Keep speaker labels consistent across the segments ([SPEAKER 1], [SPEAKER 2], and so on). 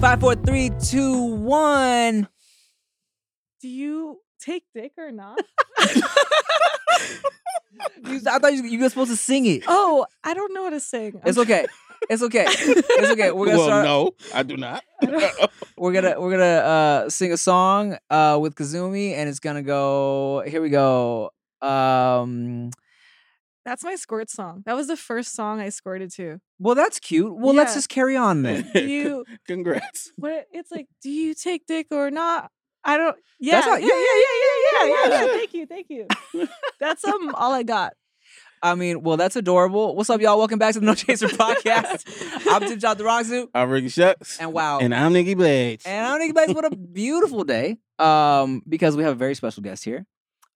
[SPEAKER 1] Five, four, three, two, one.
[SPEAKER 2] Do you take dick or not?
[SPEAKER 1] You, I thought you, you were supposed to sing it.
[SPEAKER 2] oh, I don't know what to sing.
[SPEAKER 1] It's okay. It's okay. It's okay. We're gonna
[SPEAKER 3] well,
[SPEAKER 1] start.
[SPEAKER 3] no, I do not.
[SPEAKER 1] We're gonna we're gonna uh, sing a song uh, with Kazumi, and it's gonna go. Here we go. Um,
[SPEAKER 2] That's my squirt song. That was the first song I squirted to.
[SPEAKER 1] well, that's cute. Well, let's
[SPEAKER 2] Yeah.
[SPEAKER 1] just carry on then.
[SPEAKER 2] Do you
[SPEAKER 3] Congrats.
[SPEAKER 2] what it's like, do you take dick or not? I don't yeah.
[SPEAKER 1] not-
[SPEAKER 2] yeah, yeah, yeah, yeah, yeah, yeah, yeah,
[SPEAKER 3] yeah.
[SPEAKER 2] Thank you, thank you. That's um all I got.
[SPEAKER 1] I mean, well, that's adorable. What's up, y'all? Welcome back to the No Chaser podcast. I'm Tim John the Rockzoo,
[SPEAKER 3] I'm Ricky Shucks.
[SPEAKER 1] and wow,
[SPEAKER 3] And I'm Nikki Blades.
[SPEAKER 1] And I don't think guys, what a beautiful day. Um, because we have a very special guest here.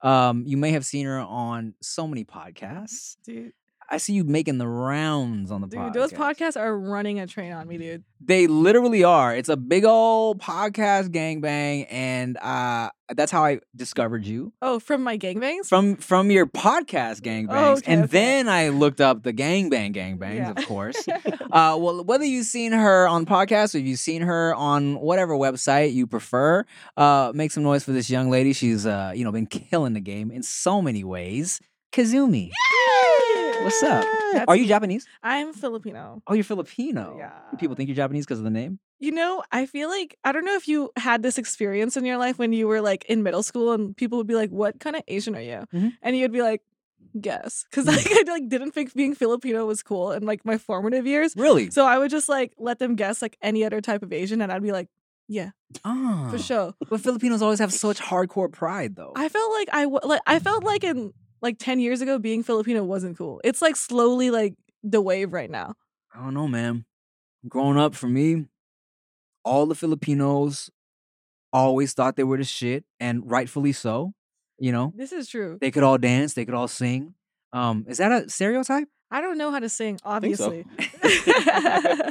[SPEAKER 1] Um, you may have seen her on so many
[SPEAKER 2] Mm-hmm.
[SPEAKER 1] podcasts.
[SPEAKER 2] Dude,
[SPEAKER 1] I see you making the rounds on the
[SPEAKER 2] dude,
[SPEAKER 1] podcast.
[SPEAKER 2] those podcasts are running a train on me, dude.
[SPEAKER 1] They literally are. It's a big old podcast gangbang, and uh, that's how I discovered you
[SPEAKER 2] Oh, from my gangbangs?
[SPEAKER 1] from from your podcast gangbangs.
[SPEAKER 2] Oh, okay,
[SPEAKER 1] and
[SPEAKER 2] okay.
[SPEAKER 1] then I looked up the gangbang gangbangs,
[SPEAKER 2] Yeah.
[SPEAKER 1] of course. Uh, well, whether you've seen her on podcasts or if you've seen her on whatever website you prefer, uh, make some noise for this young lady. She's, uh, you know, been killing the game in so many ways. Kazumi, what's up?
[SPEAKER 2] That's-
[SPEAKER 1] Are you Japanese?
[SPEAKER 2] I'm Filipino.
[SPEAKER 1] Oh, you're Filipino. Do People
[SPEAKER 2] Yeah.
[SPEAKER 1] think you're Japanese because of the name.
[SPEAKER 2] You know, I feel like I don't know if you had this experience in your life when you were like in middle school and people would be like, "What kind of Asian are you?"
[SPEAKER 3] Mm-hmm.
[SPEAKER 1] Mhm.
[SPEAKER 2] And you'd be like, "Guess," because like I like didn't think being Filipino was cool in like my formative years.
[SPEAKER 1] Really?
[SPEAKER 2] So I would just like let them guess like any other type of Asian, and I'd be like,
[SPEAKER 1] Ah.
[SPEAKER 2] "For sure."
[SPEAKER 1] But Filipinos always have such hardcore pride, though.
[SPEAKER 2] I felt like I wa- like I felt like in like ten years ago being Filipino wasn't cool. It's like slowly like the wave right now.
[SPEAKER 1] I don't know, man. Growing up, for me, all the Filipinos always thought they were the shit, and rightfully so. You know,
[SPEAKER 2] This is true.
[SPEAKER 1] They could all dance. They could all sing. Um, is that a stereotype?
[SPEAKER 2] I don't know how to sing,
[SPEAKER 3] I think so.
[SPEAKER 2] obviously.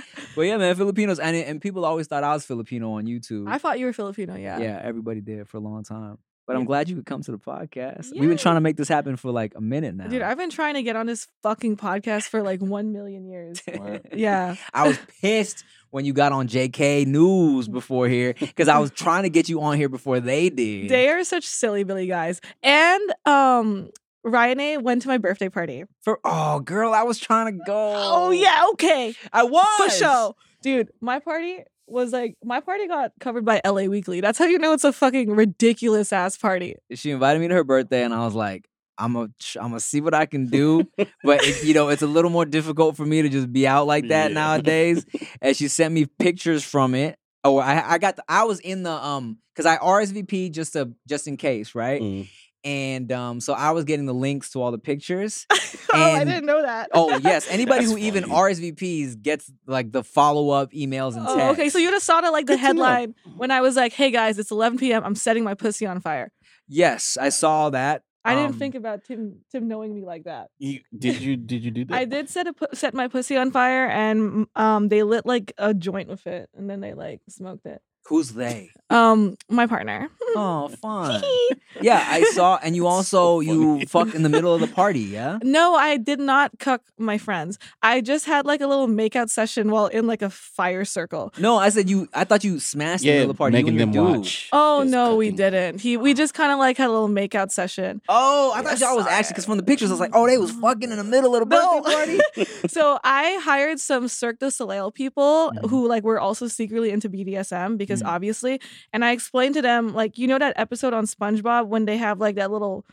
[SPEAKER 1] Well, yeah, man, Filipinos, and and people always thought I was Filipino on YouTube.
[SPEAKER 2] I thought you were Filipino, yeah.
[SPEAKER 1] yeah, everybody did for a long time. But
[SPEAKER 2] Yeah.
[SPEAKER 1] I'm glad you could come to the podcast. We've been trying to make this happen for like a minute now.
[SPEAKER 2] Dude, I've been trying to get on this fucking podcast for like 1 million years. Yeah.
[SPEAKER 1] I was pissed when you got on JK News before here because I was trying to get you on here before they did.
[SPEAKER 2] They are such silly Billy guys. And um Ryan A went to my birthday party.
[SPEAKER 1] For oh, girl, I was trying to go.
[SPEAKER 2] Oh, yeah, okay.
[SPEAKER 1] I
[SPEAKER 2] For
[SPEAKER 1] was
[SPEAKER 2] sure. Dude, my party was like my party got covered by LA Weekly. That's how you know it's a fucking ridiculous ass party.
[SPEAKER 1] she invited me to her birthday and I was like, I'm a, I'm gonna see what I can do, but it, you know it's a little more difficult for me to just be out like that
[SPEAKER 3] Yeah.
[SPEAKER 1] nowadays. And she sent me pictures from it. Oh, I, I got the, I was in the um because I RSVP just to just in case, right?
[SPEAKER 3] Mm.
[SPEAKER 1] And um so I was getting the links to all the pictures.
[SPEAKER 2] oh, I
[SPEAKER 1] And-
[SPEAKER 2] didn't know that.
[SPEAKER 1] Oh yes, anybody
[SPEAKER 3] That's
[SPEAKER 1] who even
[SPEAKER 3] funny.
[SPEAKER 1] RSVPs gets like the follow up emails and texts.
[SPEAKER 2] Oh, okay. So you'd have saw that like the
[SPEAKER 3] Good to know.
[SPEAKER 2] headline when I was like, "Hey guys, it's 11 p.m. I'm setting my pussy on fire."
[SPEAKER 1] yes, I saw that.
[SPEAKER 2] I
[SPEAKER 1] Um,
[SPEAKER 2] didn't think about Tim Tim knowing me like that.
[SPEAKER 3] You, did you did you do that?
[SPEAKER 2] I did set a pu- set my pussy on fire, and um, they lit like a joint with it, and then they like smoked it.
[SPEAKER 1] Who's they?
[SPEAKER 2] Um, my partner.
[SPEAKER 1] Oh, fun. Yeah, I saw, and you also you
[SPEAKER 3] funny.
[SPEAKER 1] fuck in the middle of the party, yeah.
[SPEAKER 2] no, I did not cuck my friends. I just had like a little makeout session while in like a fire circle.
[SPEAKER 1] No, I said you. I thought you smashed in the
[SPEAKER 3] Yeah,
[SPEAKER 1] middle of the party. you
[SPEAKER 3] making them
[SPEAKER 1] and your dude.
[SPEAKER 3] watch.
[SPEAKER 2] Oh
[SPEAKER 3] is
[SPEAKER 2] no, we
[SPEAKER 3] cooking.
[SPEAKER 2] didn't. He we just kind of like had a little makeout session.
[SPEAKER 1] Oh, I thought
[SPEAKER 2] Yes,
[SPEAKER 1] y'all was
[SPEAKER 2] I-
[SPEAKER 1] actually because from the pictures, I was like, oh, they was fucking in the middle of the
[SPEAKER 2] No.
[SPEAKER 1] birthday party.
[SPEAKER 2] so I hired some Cirque du Soleil people
[SPEAKER 1] Mhm.
[SPEAKER 2] who like were also secretly into BDSM because
[SPEAKER 1] Mhm.
[SPEAKER 2] obviously, and I explained to them like you know that episode on SpongeBob when they have like that little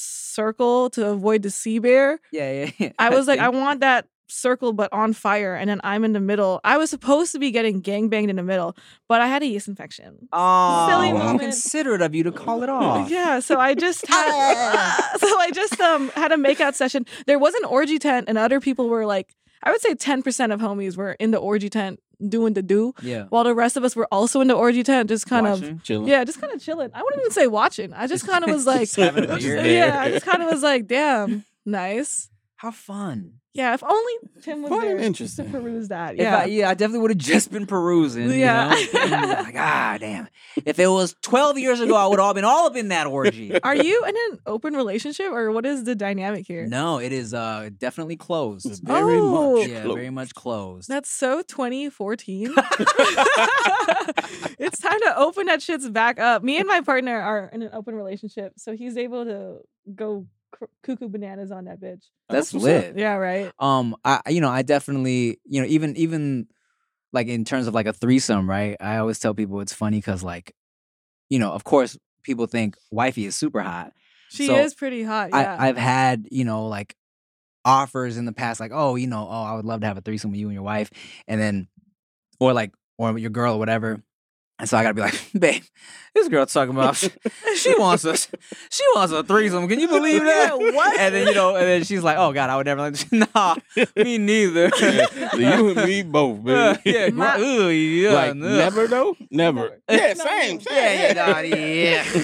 [SPEAKER 2] circle to avoid the sea bear.
[SPEAKER 1] yeah, yeah, yeah.
[SPEAKER 2] I was like, I
[SPEAKER 1] think-
[SPEAKER 2] want that circle but on fire, and then I'm in the middle. I was supposed to be getting gangbanged in the middle, but I had a yeast infection.
[SPEAKER 1] oh,
[SPEAKER 2] silly
[SPEAKER 1] how
[SPEAKER 2] moment.
[SPEAKER 1] considerate of you to call it off.
[SPEAKER 2] Yeah, so I just had, so I just um had a makeout session. There was an orgy tent, and other people were like, I would say ten percent of homies were in the orgy tent doing the do,
[SPEAKER 1] Yeah,
[SPEAKER 2] while the rest of us were also in the orgy tent, just kind
[SPEAKER 1] Watching.
[SPEAKER 3] Chilling.
[SPEAKER 2] of yeah, just kind of chilling. I wouldn't even say watching. I just kind of was like,
[SPEAKER 1] Just having a
[SPEAKER 3] Just
[SPEAKER 1] beer.
[SPEAKER 3] there.
[SPEAKER 2] yeah, I just kind of was like, damn, nice.
[SPEAKER 1] How fun.
[SPEAKER 2] Yeah, if only Tim was
[SPEAKER 3] Fun and
[SPEAKER 2] there just to
[SPEAKER 3] interesting.
[SPEAKER 2] peruse that.
[SPEAKER 1] Yeah.
[SPEAKER 2] Yeah.
[SPEAKER 1] I, yeah, I definitely would have just been perusing.
[SPEAKER 2] Yeah.
[SPEAKER 1] You know? And like, ah, damn. If it was 12 years ago, I would have been all up in that orgy.
[SPEAKER 2] Are you in an open relationship or what is the dynamic here?
[SPEAKER 1] No, it is uh, definitely
[SPEAKER 3] It's
[SPEAKER 1] closed.
[SPEAKER 3] very
[SPEAKER 2] Oh.
[SPEAKER 3] much.
[SPEAKER 1] Yeah,
[SPEAKER 3] close.
[SPEAKER 1] very much closed.
[SPEAKER 2] That's so 2014. it's time to open that shits back up. Me and my partner are in an open relationship, so he's able to go cr- cuckoo bananas on that bitch.
[SPEAKER 1] That's
[SPEAKER 3] what's up.
[SPEAKER 1] lit.
[SPEAKER 2] Yeah, right.
[SPEAKER 1] um i you know i definitely you know even even like in terms of like a threesome right i always tell people it's funny because like you know of course people think wifey is super hot
[SPEAKER 2] She
[SPEAKER 1] So,
[SPEAKER 2] is pretty hot. Yeah.
[SPEAKER 1] I, i've had you know like offers in the past like oh you know oh i would love to have a threesome with you and your wife and then or like or your girl or whatever and so i gotta be like babe this girl talking about she wants us she wants a threesome can you believe that
[SPEAKER 2] Yeah, what?
[SPEAKER 1] and then you know and then she's like oh god i would never like nah me neither
[SPEAKER 3] you and me both,
[SPEAKER 1] Uh,
[SPEAKER 3] baby.
[SPEAKER 1] yeah, gr-
[SPEAKER 2] My-
[SPEAKER 1] ooh, yeah,
[SPEAKER 3] like
[SPEAKER 1] ugh.
[SPEAKER 3] never though, never.
[SPEAKER 2] Never.
[SPEAKER 3] Yeah,
[SPEAKER 2] No,
[SPEAKER 3] same,
[SPEAKER 2] no.
[SPEAKER 3] same.
[SPEAKER 1] Yeah, yeah,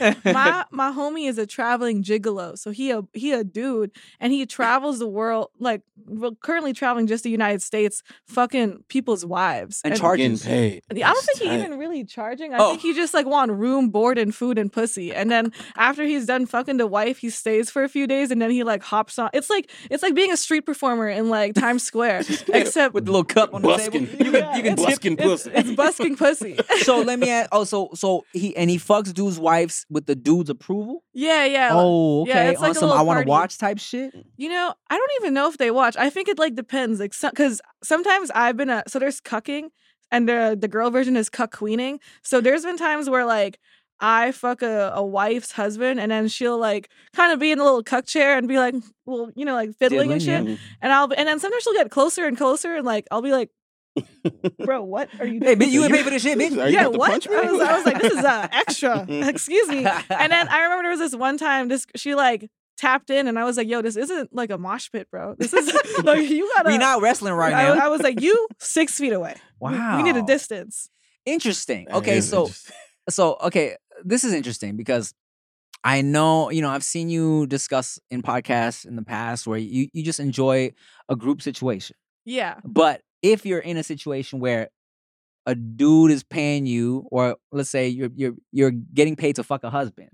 [SPEAKER 1] yeah.
[SPEAKER 2] my my homie is a traveling gigolo, so he a he a dude, and he travels the world. Like well, currently traveling just the United States, fucking people's wives.
[SPEAKER 1] And charge-
[SPEAKER 3] Getting
[SPEAKER 1] Charges.
[SPEAKER 3] paid.
[SPEAKER 2] I don't
[SPEAKER 3] That's
[SPEAKER 2] think he
[SPEAKER 3] tight.
[SPEAKER 2] even really charging. I
[SPEAKER 1] Oh.
[SPEAKER 2] think he just like want room, board, and food and pussy. And then after he's done fucking the wife, he stays for a few days, and then he like hops on. It's like it's like being a street performer in like Times Square, except
[SPEAKER 1] with the little cup on the
[SPEAKER 3] Busking.
[SPEAKER 1] table. You can, you can
[SPEAKER 2] Yeah,
[SPEAKER 1] tip.
[SPEAKER 3] busking
[SPEAKER 2] it's,
[SPEAKER 3] pussy.
[SPEAKER 2] it's busking pussy.
[SPEAKER 1] So let me ask. Oh, so so he and he fucks dudes' wives with the dude's approval.
[SPEAKER 2] yeah, yeah.
[SPEAKER 1] Oh, okay.
[SPEAKER 2] yeah, it's
[SPEAKER 1] on
[SPEAKER 2] like a
[SPEAKER 1] some
[SPEAKER 2] little
[SPEAKER 1] I want to
[SPEAKER 2] party.
[SPEAKER 1] watch type shit.
[SPEAKER 2] You know, I don't even know if they watch. I think it like depends. Like, because sometimes I've been a so there's cucking, and the the girl version is cuck queening. So there's been times where like I fuck a, a wife's husband, and then she'll like kind of be in a little cuck chair and be like, well, you know, like fiddling and shit.
[SPEAKER 1] Diddling,
[SPEAKER 2] And I'll be- and then sometimes she'll get closer and closer, and like I'll be like, bro, what are you
[SPEAKER 1] Hey,
[SPEAKER 2] doing?
[SPEAKER 1] bitch, you
[SPEAKER 3] So
[SPEAKER 1] ain't
[SPEAKER 3] you-
[SPEAKER 1] pay for this shit, bitch.
[SPEAKER 3] Are you
[SPEAKER 2] yeah,
[SPEAKER 3] about to
[SPEAKER 2] what?
[SPEAKER 3] punch me?
[SPEAKER 2] I was, I was like, this is uh, extra. Excuse me and then I remember there was this one time this she like tapped in and I was like, yo, this isn't like a mosh pit, bro. This is like you gotta
[SPEAKER 1] we not wrestling right
[SPEAKER 2] I, was-
[SPEAKER 1] now.
[SPEAKER 2] I was like, you six feet away. We-
[SPEAKER 1] Wow,
[SPEAKER 2] We need a distance.
[SPEAKER 1] Interesting.
[SPEAKER 3] That
[SPEAKER 1] Okay,
[SPEAKER 3] is
[SPEAKER 1] so
[SPEAKER 3] interesting.
[SPEAKER 1] so okay this is interesting because i know you know i've seen you discuss in podcasts in the past where you, you just enjoy a group situation
[SPEAKER 2] Yeah.
[SPEAKER 1] but if you're in a situation where a dude is paying you or let's say you're you're you're getting paid to fuck a husband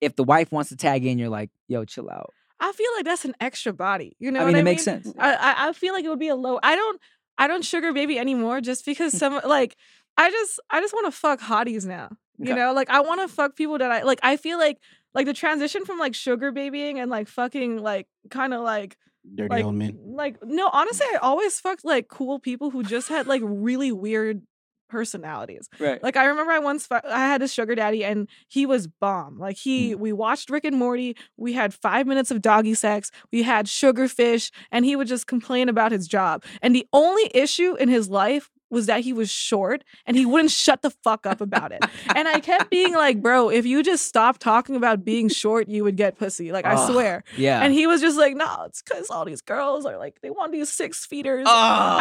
[SPEAKER 1] if the wife wants to tag in you're like yo chill out
[SPEAKER 2] I feel like that's an extra body. You know
[SPEAKER 1] i mean
[SPEAKER 2] what
[SPEAKER 1] it
[SPEAKER 2] I
[SPEAKER 1] makes
[SPEAKER 2] mean?
[SPEAKER 1] sense
[SPEAKER 2] I, I I feel like it would be a low I don't I don't sugar baby anymore just because some like I just I just wanna fuck hotties now. You
[SPEAKER 1] Okay.
[SPEAKER 2] know, like I wanna fuck people that I like I feel like like the transition from like sugar babying and like fucking like kind of like
[SPEAKER 3] Dirty
[SPEAKER 2] like,
[SPEAKER 3] old man.
[SPEAKER 2] Like, no, honestly, I always fucked like cool people who just had like really weird personalities.
[SPEAKER 1] right
[SPEAKER 2] Like, I remember I once fu- I had a sugar daddy and he was bomb. Like, he we watched Rick and Morty. We had five minutes of doggy sex. We had sugar fish, and he would just complain about his job. And the only issue in his life was that he was short and he wouldn't shut the fuck up about it. And I kept being like, bro, if you just stop talking about being short, you would get pussy. Like, I
[SPEAKER 1] Ugh.
[SPEAKER 2] swear.
[SPEAKER 1] yeah
[SPEAKER 2] And he was just like, no, it's because all these girls are like, they want these six feeders.
[SPEAKER 1] Ugh.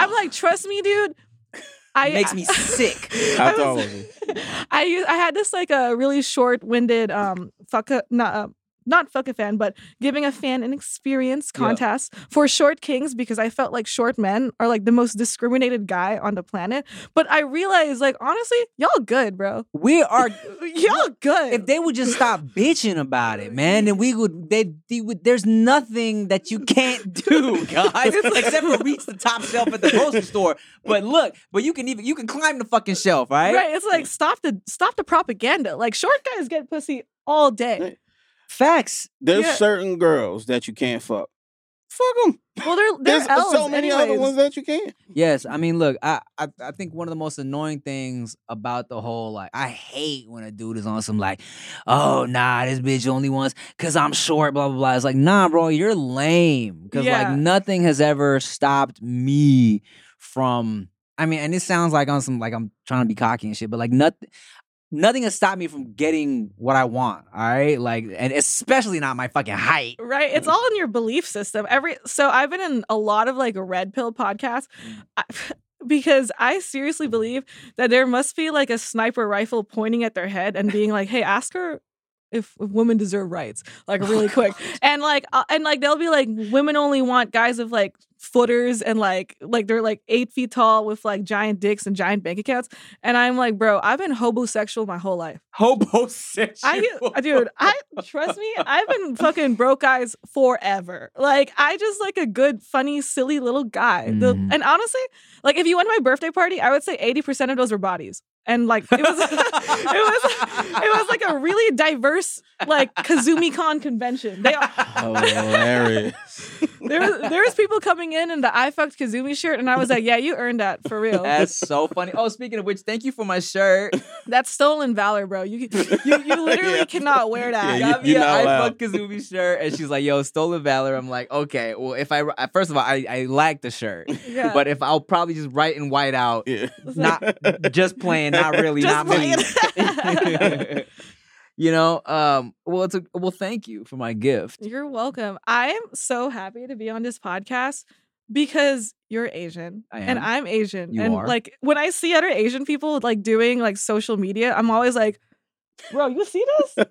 [SPEAKER 2] I'm like, trust me, dude. I
[SPEAKER 1] Oh. makes me sick
[SPEAKER 3] I
[SPEAKER 2] I,
[SPEAKER 3] thought
[SPEAKER 2] was, I used, I had this like a really short-winded um fuck a, not uh, not fuck a fan, but giving a fan an experience
[SPEAKER 1] Yeah.
[SPEAKER 2] contest for short kings because I felt like short men are like the most discriminated guy on the planet. But I realized like honestly, y'all good, bro.
[SPEAKER 1] we are
[SPEAKER 2] Y'all good.
[SPEAKER 1] if they would just stop bitching about it, man, then we would. They, they would. There's nothing that you can't do, guys, except for reach the top shelf at the grocery store. But look, but you can even you can climb the fucking shelf, right?
[SPEAKER 2] Right. It's like stop the stop the propaganda. Like short guys get pussy all day.
[SPEAKER 1] Facts.
[SPEAKER 3] There's
[SPEAKER 2] Yeah.
[SPEAKER 3] certain girls that you can't fuck. Fuck them.
[SPEAKER 2] Well, they're
[SPEAKER 3] There's
[SPEAKER 2] they're L's
[SPEAKER 3] so many other
[SPEAKER 2] anyways.
[SPEAKER 3] ones that you can.
[SPEAKER 1] Yes, I mean, look, I, I I think one of the most annoying things about the whole like I hate when a dude is on some like, oh nah, this bitch only wants because I'm short, blah blah blah. It's like nah, bro, you're lame because
[SPEAKER 2] Yeah.
[SPEAKER 1] like nothing has ever stopped me from. I mean, and this sounds like on some like I'm trying to be cocky and shit, but like nothing. Nothing has stopped me from getting what I want, all right? Like, and especially not my fucking height.
[SPEAKER 2] Right, it's all in your belief system. Every so I've been in a lot of like red pill podcasts
[SPEAKER 3] Mm.
[SPEAKER 2] I, because I
[SPEAKER 3] Mm-hmm.
[SPEAKER 2] seriously believe that there must be like a sniper rifle pointing at their head and being like, "Hey, ask her if, if women deserve rights, like
[SPEAKER 3] Oh
[SPEAKER 2] really quick, and like uh, and like they'll be like women only want guys with like footers and like like they're like eight feet tall with like giant dicks and giant bank accounts, and I'm like, bro, I've been hobosexual my whole life.
[SPEAKER 3] Hobosexual.
[SPEAKER 2] I dude, I trust me, I've been fucking broke guys forever. Like I just like a good, funny, silly little guy. The-
[SPEAKER 1] Mhm.
[SPEAKER 2] and honestly, like if you went to my birthday party, I would say eighty percent of those were bodies. And like it was, it was, it was like a really diverse like KazumiCon convention. They
[SPEAKER 3] Hilarious.
[SPEAKER 2] there was there was people coming in in the I fucked Kazumi shirt, and I was like, yeah, you earned that for real.
[SPEAKER 1] That's so funny. Oh, speaking of which, thank you for my shirt.
[SPEAKER 2] That's stolen valor, bro. You you, you literally
[SPEAKER 3] Yeah.
[SPEAKER 2] cannot wear that.
[SPEAKER 3] Yeah, you-
[SPEAKER 1] Got me
[SPEAKER 3] you're
[SPEAKER 1] a
[SPEAKER 3] not
[SPEAKER 1] I
[SPEAKER 3] allowed.
[SPEAKER 1] fuck Kazumi shirt, and she's like, "Yo, stolen valor." I'm like, "Okay, well, if I I- first of all, I, I like the shirt,
[SPEAKER 2] Yeah.
[SPEAKER 1] but if I'll probably just write and white out,
[SPEAKER 3] Yeah.
[SPEAKER 1] not just playing, not really,
[SPEAKER 2] Just
[SPEAKER 1] not me."
[SPEAKER 2] playing.
[SPEAKER 1] you know, um, well, it's a, well, thank you for my gift.
[SPEAKER 2] You're welcome. I am so happy to be on this podcast because you're Asian
[SPEAKER 1] I
[SPEAKER 2] and
[SPEAKER 1] am.
[SPEAKER 2] I'm Asian.
[SPEAKER 1] You
[SPEAKER 2] and
[SPEAKER 1] are.
[SPEAKER 2] like when I see other Asian people like doing like social media, I'm always like, bro, you see this?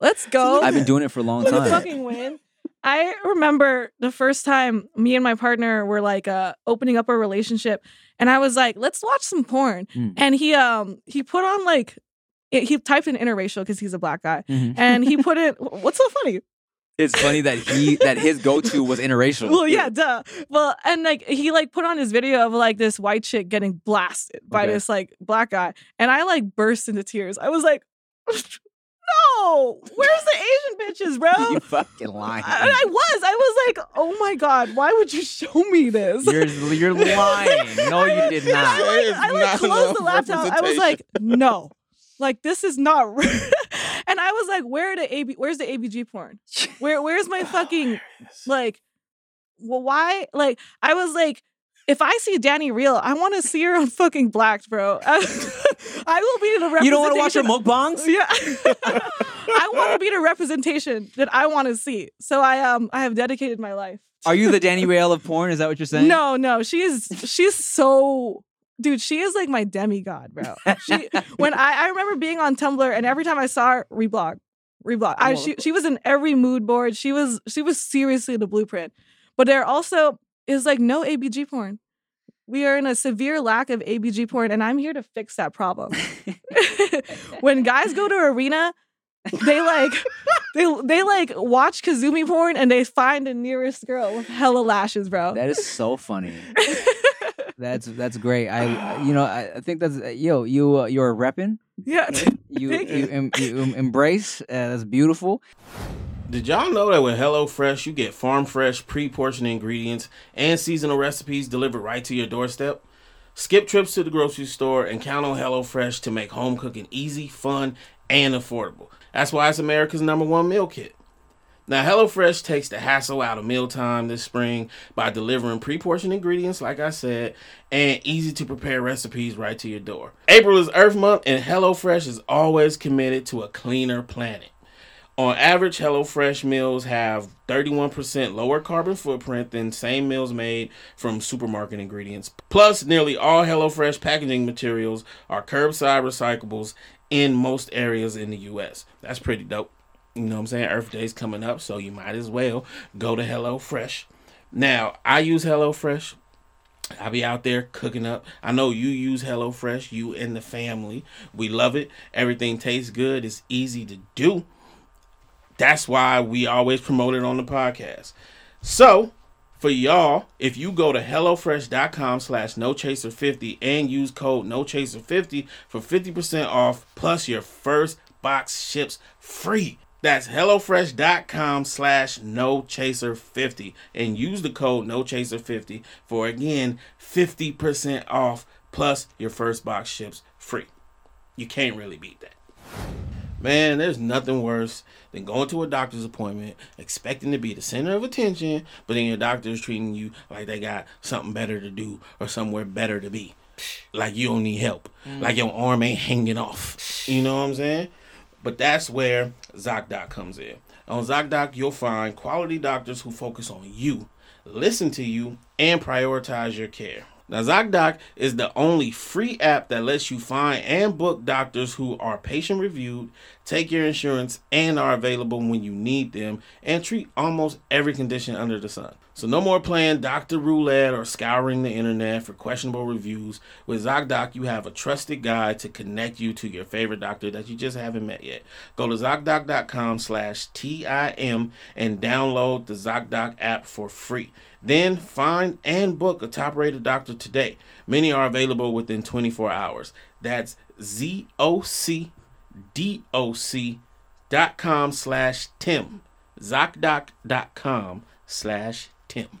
[SPEAKER 2] Let's go.
[SPEAKER 1] I've been doing it for a long
[SPEAKER 2] Let's
[SPEAKER 1] time.
[SPEAKER 2] fucking win. I remember the first time me and my partner were like uh, opening up a relationship, and I was like, "Let's watch some porn."
[SPEAKER 1] Mm.
[SPEAKER 2] And he um he put on like it, he typed in interracial because he's a black guy,
[SPEAKER 1] Mhm.
[SPEAKER 2] and he put in what's so funny?
[SPEAKER 1] It's funny that he that his go to was interracial.
[SPEAKER 2] Well, yeah, duh. Well, and like he like put on his video of like this white chick getting blasted by
[SPEAKER 1] Okay.
[SPEAKER 2] this like black guy, and I like burst into tears. I was like, "No, where's the Asian bitches, bro?"
[SPEAKER 1] you fucking lying.
[SPEAKER 2] I, I was. I was like, oh my God, why would you show me this?
[SPEAKER 1] You're you're lying. No, you did
[SPEAKER 2] I
[SPEAKER 1] not.
[SPEAKER 3] There is
[SPEAKER 2] like, I like
[SPEAKER 3] not
[SPEAKER 2] closed the
[SPEAKER 3] enough
[SPEAKER 2] laptop. I was like, no. Like this is not real. and I was like, where the AB where's the ABG porn? Where where's my fucking like well, why like I was like if I see Danny Real, I want to see her on fucking Blacked, bro. I will be the representation.
[SPEAKER 1] You don't want to watch your
[SPEAKER 2] So,
[SPEAKER 1] mukbangs?
[SPEAKER 2] Yeah. I want to be the representation that I want to see. So I um I have dedicated my life.
[SPEAKER 1] Are you the Danny Rail of porn? Is that what you're saying?
[SPEAKER 2] No, no, she is she's so dude, she is like my demigod, bro. She when I, I remember being on Tumblr and every time I saw her, reblog. Reblog. I she she was in every mood board. She was she was seriously the blueprint. But there also is like no ABG porn. We are in a severe lack of ABG porn, and I'm here to fix that problem. when guys go to arena, they like they they like watch Kazumi porn and they find the nearest girl with hella lashes, bro.
[SPEAKER 1] That is so funny. That's that's great. I you know I, I think that's yo you uh, you're a reppin.
[SPEAKER 2] yeah.
[SPEAKER 1] You
[SPEAKER 2] Thank
[SPEAKER 1] you, em, you em- embrace. Uh, that's beautiful.
[SPEAKER 3] Did y'all know that with HelloFresh, you get farm fresh, pre portioned ingredients and seasonal recipes delivered right to your doorstep? Skip trips to the grocery store and count on HelloFresh to make home cooking easy, fun, and affordable. That's why it's America's number one meal kit. Now, HelloFresh takes the hassle out of mealtime this spring by delivering pre portioned ingredients, like I said, and easy to prepare recipes right to your door. April is Earth Month, and HelloFresh is always committed to a cleaner planet. On average, HelloFresh meals have 31% lower carbon footprint than same meals made from supermarket ingredients. Plus, nearly all HelloFresh packaging materials are curbside recyclables in most areas in the US. That's pretty dope. You know what I'm saying? Earth Day's coming up, so you might as well go to HelloFresh. Now, I use HelloFresh. I be out there cooking up. I know you use HelloFresh, you and the family. We love it. Everything tastes good. It's easy to do. That's why we always promote it on the podcast. So, for y'all, if you go to HelloFresh.com slash NoChaser50 and use code NoChaser50 for 50% off plus your first box ships free. That's HelloFresh.com slash NoChaser50 and use the code NoChaser50 for, again, 50% off plus your first box ships free. You can't really beat that. Man, there's nothing worse than going to a doctor's appointment expecting to be the center of attention, but then your doctor is treating you like they got something better to do or somewhere better to be. Like you don't need help. Like your arm ain't hanging off. You know what I'm saying? But that's where ZocDoc comes in. On ZocDoc, you'll find quality doctors who focus on you, listen to you, and prioritize your care. Now, ZocDoc is the only free app that lets you find and book doctors who are patient reviewed, take your insurance, and are available when you need them, and treat almost every condition under the sun. So, no more playing Dr. Roulette or scouring the internet for questionable reviews. With ZocDoc, you have a trusted guide to connect you to your favorite doctor that you just haven't met yet. Go to ZocDoc.com slash TIM and download the ZocDoc app for free. Then find and book a top rated doctor today. Many are available within 24 hours. That's ZocDoc.com slash Tim. ZocDoc.com slash Tim.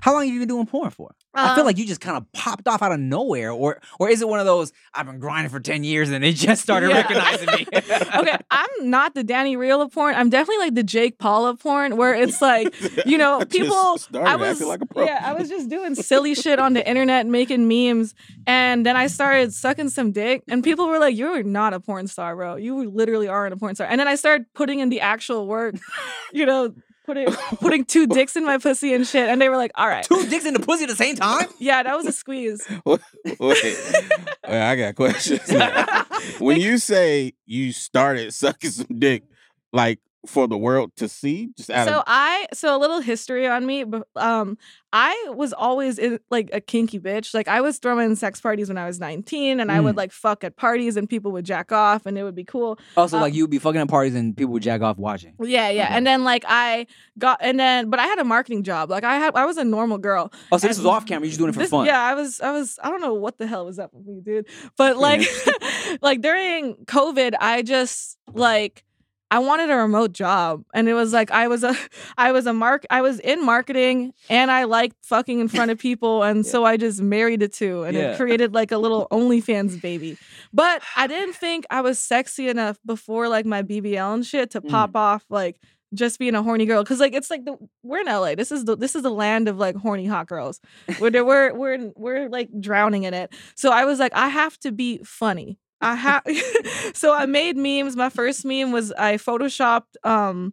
[SPEAKER 1] How long have you been doing porn for? I
[SPEAKER 4] Um,
[SPEAKER 1] feel like you just kind of popped off out of nowhere, or or is it one of those I've been grinding for ten years and they just started
[SPEAKER 2] Yeah.
[SPEAKER 1] recognizing me?
[SPEAKER 2] okay, I'm not the Danny Real of porn. I'm definitely like the Jake Paul of porn, where it's like, you know,
[SPEAKER 5] Just
[SPEAKER 2] people.
[SPEAKER 5] started. I feel like a pro.
[SPEAKER 2] yeah, I was just doing silly shit on the internet, making memes, and then I started sucking some dick, and people were like, "You're not a porn star, bro. You literally aren't a porn star." And then I started putting in the actual work, you know. Putting, putting two dicks in my pussy and shit. And they were like, all right.
[SPEAKER 1] Two dicks in the pussy at the same time?
[SPEAKER 2] Yeah, that was a squeeze.
[SPEAKER 5] Wait, wait, I got questions. now. when you say you started sucking some dick, like for the world to see, just out
[SPEAKER 2] so
[SPEAKER 5] of
[SPEAKER 2] I so a little history on me. But um, I was always in, like a kinky bitch. Like I was throwing sex parties when I was nineteen, and I
[SPEAKER 5] Mm.
[SPEAKER 2] would like fuck at parties, and people would jack off, and it would be cool.
[SPEAKER 1] Also,
[SPEAKER 2] Uh,
[SPEAKER 1] like you'd be fucking at parties and people would jack off watching.
[SPEAKER 2] Yeah, yeah. And then like I got, and then but I had a marketing job. Like I had, I was a normal girl.
[SPEAKER 1] Oh, so this was
[SPEAKER 2] and
[SPEAKER 1] off camera. You're just doing it for
[SPEAKER 2] This-
[SPEAKER 1] fun.
[SPEAKER 2] Yeah, I was, I was, I don't know what the hell was up with me, dude. But like, like during COVID, I just like. I wanted a remote job and it was like I was a I was a mark I was in marketing and I liked fucking in front of people and so I just married the two and
[SPEAKER 1] Yeah.
[SPEAKER 2] it created like a little OnlyFans baby. But I didn't think I was sexy enough before like my BBL and shit to
[SPEAKER 1] Mm.
[SPEAKER 2] pop off like just being a horny girl because like it's like the we're in LA. This is the this is the land of like horny hot girls. We're there- we're we're we're like drowning in it. So I was like, I have to be funny. I have so I made memes. My first meme was I photoshopped um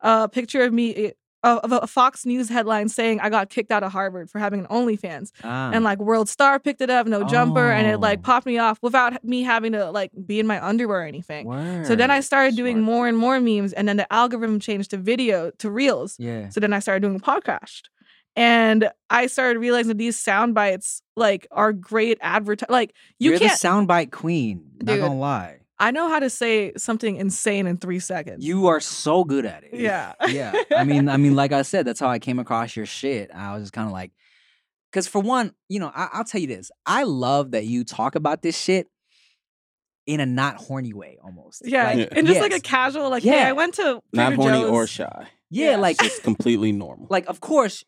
[SPEAKER 2] a picture of me uh, of a Fox News headline saying I got kicked out of Harvard for having an OnlyFans
[SPEAKER 1] Ah.
[SPEAKER 2] and like World Star picked it up, no jumper, and it
[SPEAKER 1] Oh.
[SPEAKER 2] like popped me off without me having to like be in my underwear or anything.
[SPEAKER 1] Word.
[SPEAKER 2] So then I started doing
[SPEAKER 5] Smart.
[SPEAKER 2] more and more memes, and then the algorithm changed to video to reels.
[SPEAKER 1] Yeah.
[SPEAKER 2] So then I started doing a podcast. And I started realizing that these sound bites like are great advertise. Like you
[SPEAKER 1] You are
[SPEAKER 2] can't.
[SPEAKER 1] the soundbite queen. Not
[SPEAKER 2] Dude.
[SPEAKER 1] gonna lie.
[SPEAKER 2] I know how to say something insane in three seconds.
[SPEAKER 1] You are so good at it.
[SPEAKER 2] Yeah.
[SPEAKER 1] yeah. I mean, I mean, like I said, that's how I came across your shit. I was just kind of like, because for one, you know, I, I'll tell you this. I love that you talk about this shit in a not horny way, almost.
[SPEAKER 2] Yeah,
[SPEAKER 1] Like,
[SPEAKER 5] Yeah.
[SPEAKER 2] and just like a
[SPEAKER 1] yes.
[SPEAKER 2] casual, like, yeah, hey,
[SPEAKER 1] Yeah.
[SPEAKER 2] I went to
[SPEAKER 5] not
[SPEAKER 2] Trader
[SPEAKER 5] horny
[SPEAKER 2] Joe's.
[SPEAKER 5] or shy,
[SPEAKER 1] yeah,
[SPEAKER 2] yeah.
[SPEAKER 1] like
[SPEAKER 5] just completely normal.
[SPEAKER 1] like of course,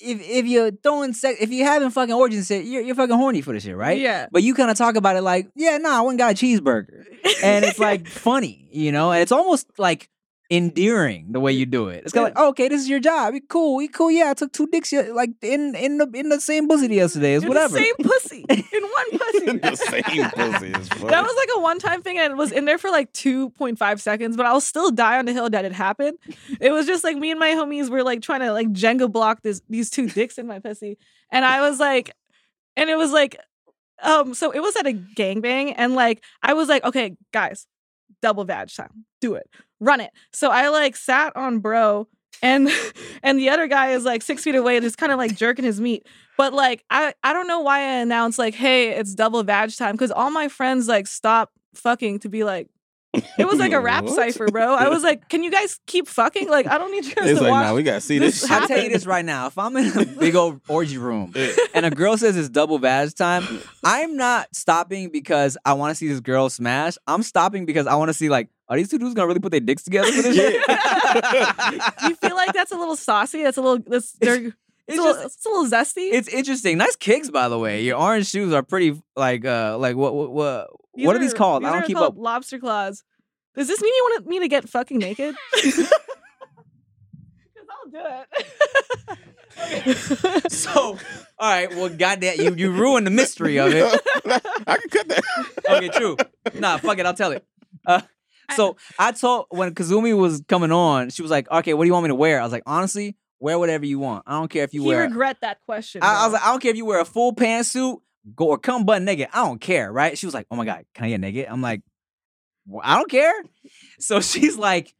[SPEAKER 1] if if you're throwing sex, if you having fucking origin shit, you're you're fucking horny for this shit, right?
[SPEAKER 2] Yeah,
[SPEAKER 1] But you kind of talk about it like, yeah, no, nah, I went and got a cheeseburger, and it's like funny, you know, and it's almost like endearing the way you do it. It's kind of like, "Oh, okay, this is your job. You cool, we cool. Yeah, I took two dicks ye- like in in the in the same pussy yesterday. It's
[SPEAKER 2] You're
[SPEAKER 1] whatever.
[SPEAKER 2] the same pussy in one pussy.
[SPEAKER 5] the same pussy is funny.
[SPEAKER 2] That was like a one time thing and it was in there for like 2.5 seconds, but I'll still die on the hill that it happened. It was just like me and my homies were like trying to like Jenga block this these two dicks in my pussy. And I was like, and it was like, um, so it was at a gangbang, and like I was like, okay, guys, double vag time. Do it. Run it. So I like sat on bro and and the other guy is like six feet away and is kind of like jerking his meat but like i i don't know why i announced like hey it's double badge time because all my friends like stop fucking to be like it was like a rap
[SPEAKER 5] What?
[SPEAKER 2] cipher bro i was like can you guys keep fucking like i don't need you guys
[SPEAKER 5] It's
[SPEAKER 2] to
[SPEAKER 5] like,
[SPEAKER 2] watch
[SPEAKER 5] nah, we gotta see
[SPEAKER 2] this
[SPEAKER 5] this.
[SPEAKER 1] I'll
[SPEAKER 5] shit.
[SPEAKER 1] tell you this right now. If I'm in a big old orgy room
[SPEAKER 5] Yeah.
[SPEAKER 1] and a girl says it's double badge time, I'm not stopping because I want to see this girl smash. I'm stopping because I want to see like, are these two dudes gonna really put their dicks together for this shit?
[SPEAKER 2] you feel like that's a little saucy that's a little that's they're, it's,
[SPEAKER 1] It's
[SPEAKER 2] a little,
[SPEAKER 1] just
[SPEAKER 2] it's a little zesty
[SPEAKER 1] it's interesting. Nice kicks, by the way. Your orange shoes are pretty like uh like what what what what are these called? I don't
[SPEAKER 2] are
[SPEAKER 1] keep
[SPEAKER 2] called
[SPEAKER 1] up.
[SPEAKER 2] Lobster claws. Does this mean you want me to get fucking naked? Because I'll do it.
[SPEAKER 1] So, all right, well, goddamn, you you ruined the mystery of it.
[SPEAKER 5] I can cut that.
[SPEAKER 1] okay, true. Nah, fuck it. I'll tell it. Uh, so I told when Kazumi was coming on, she was like, "Okay, what do you want me to wear?" I was like, "Honestly, wear whatever you want. I don't care if you
[SPEAKER 2] he
[SPEAKER 1] wear."
[SPEAKER 2] regret that question.
[SPEAKER 1] I, I was
[SPEAKER 2] though.
[SPEAKER 1] like, "I don't care if you wear a full pantsuit, go or come butt naked. I don't care." Right? She was like, "Oh my god, can I get naked?" I'm like, well, "I don't care." So she's like,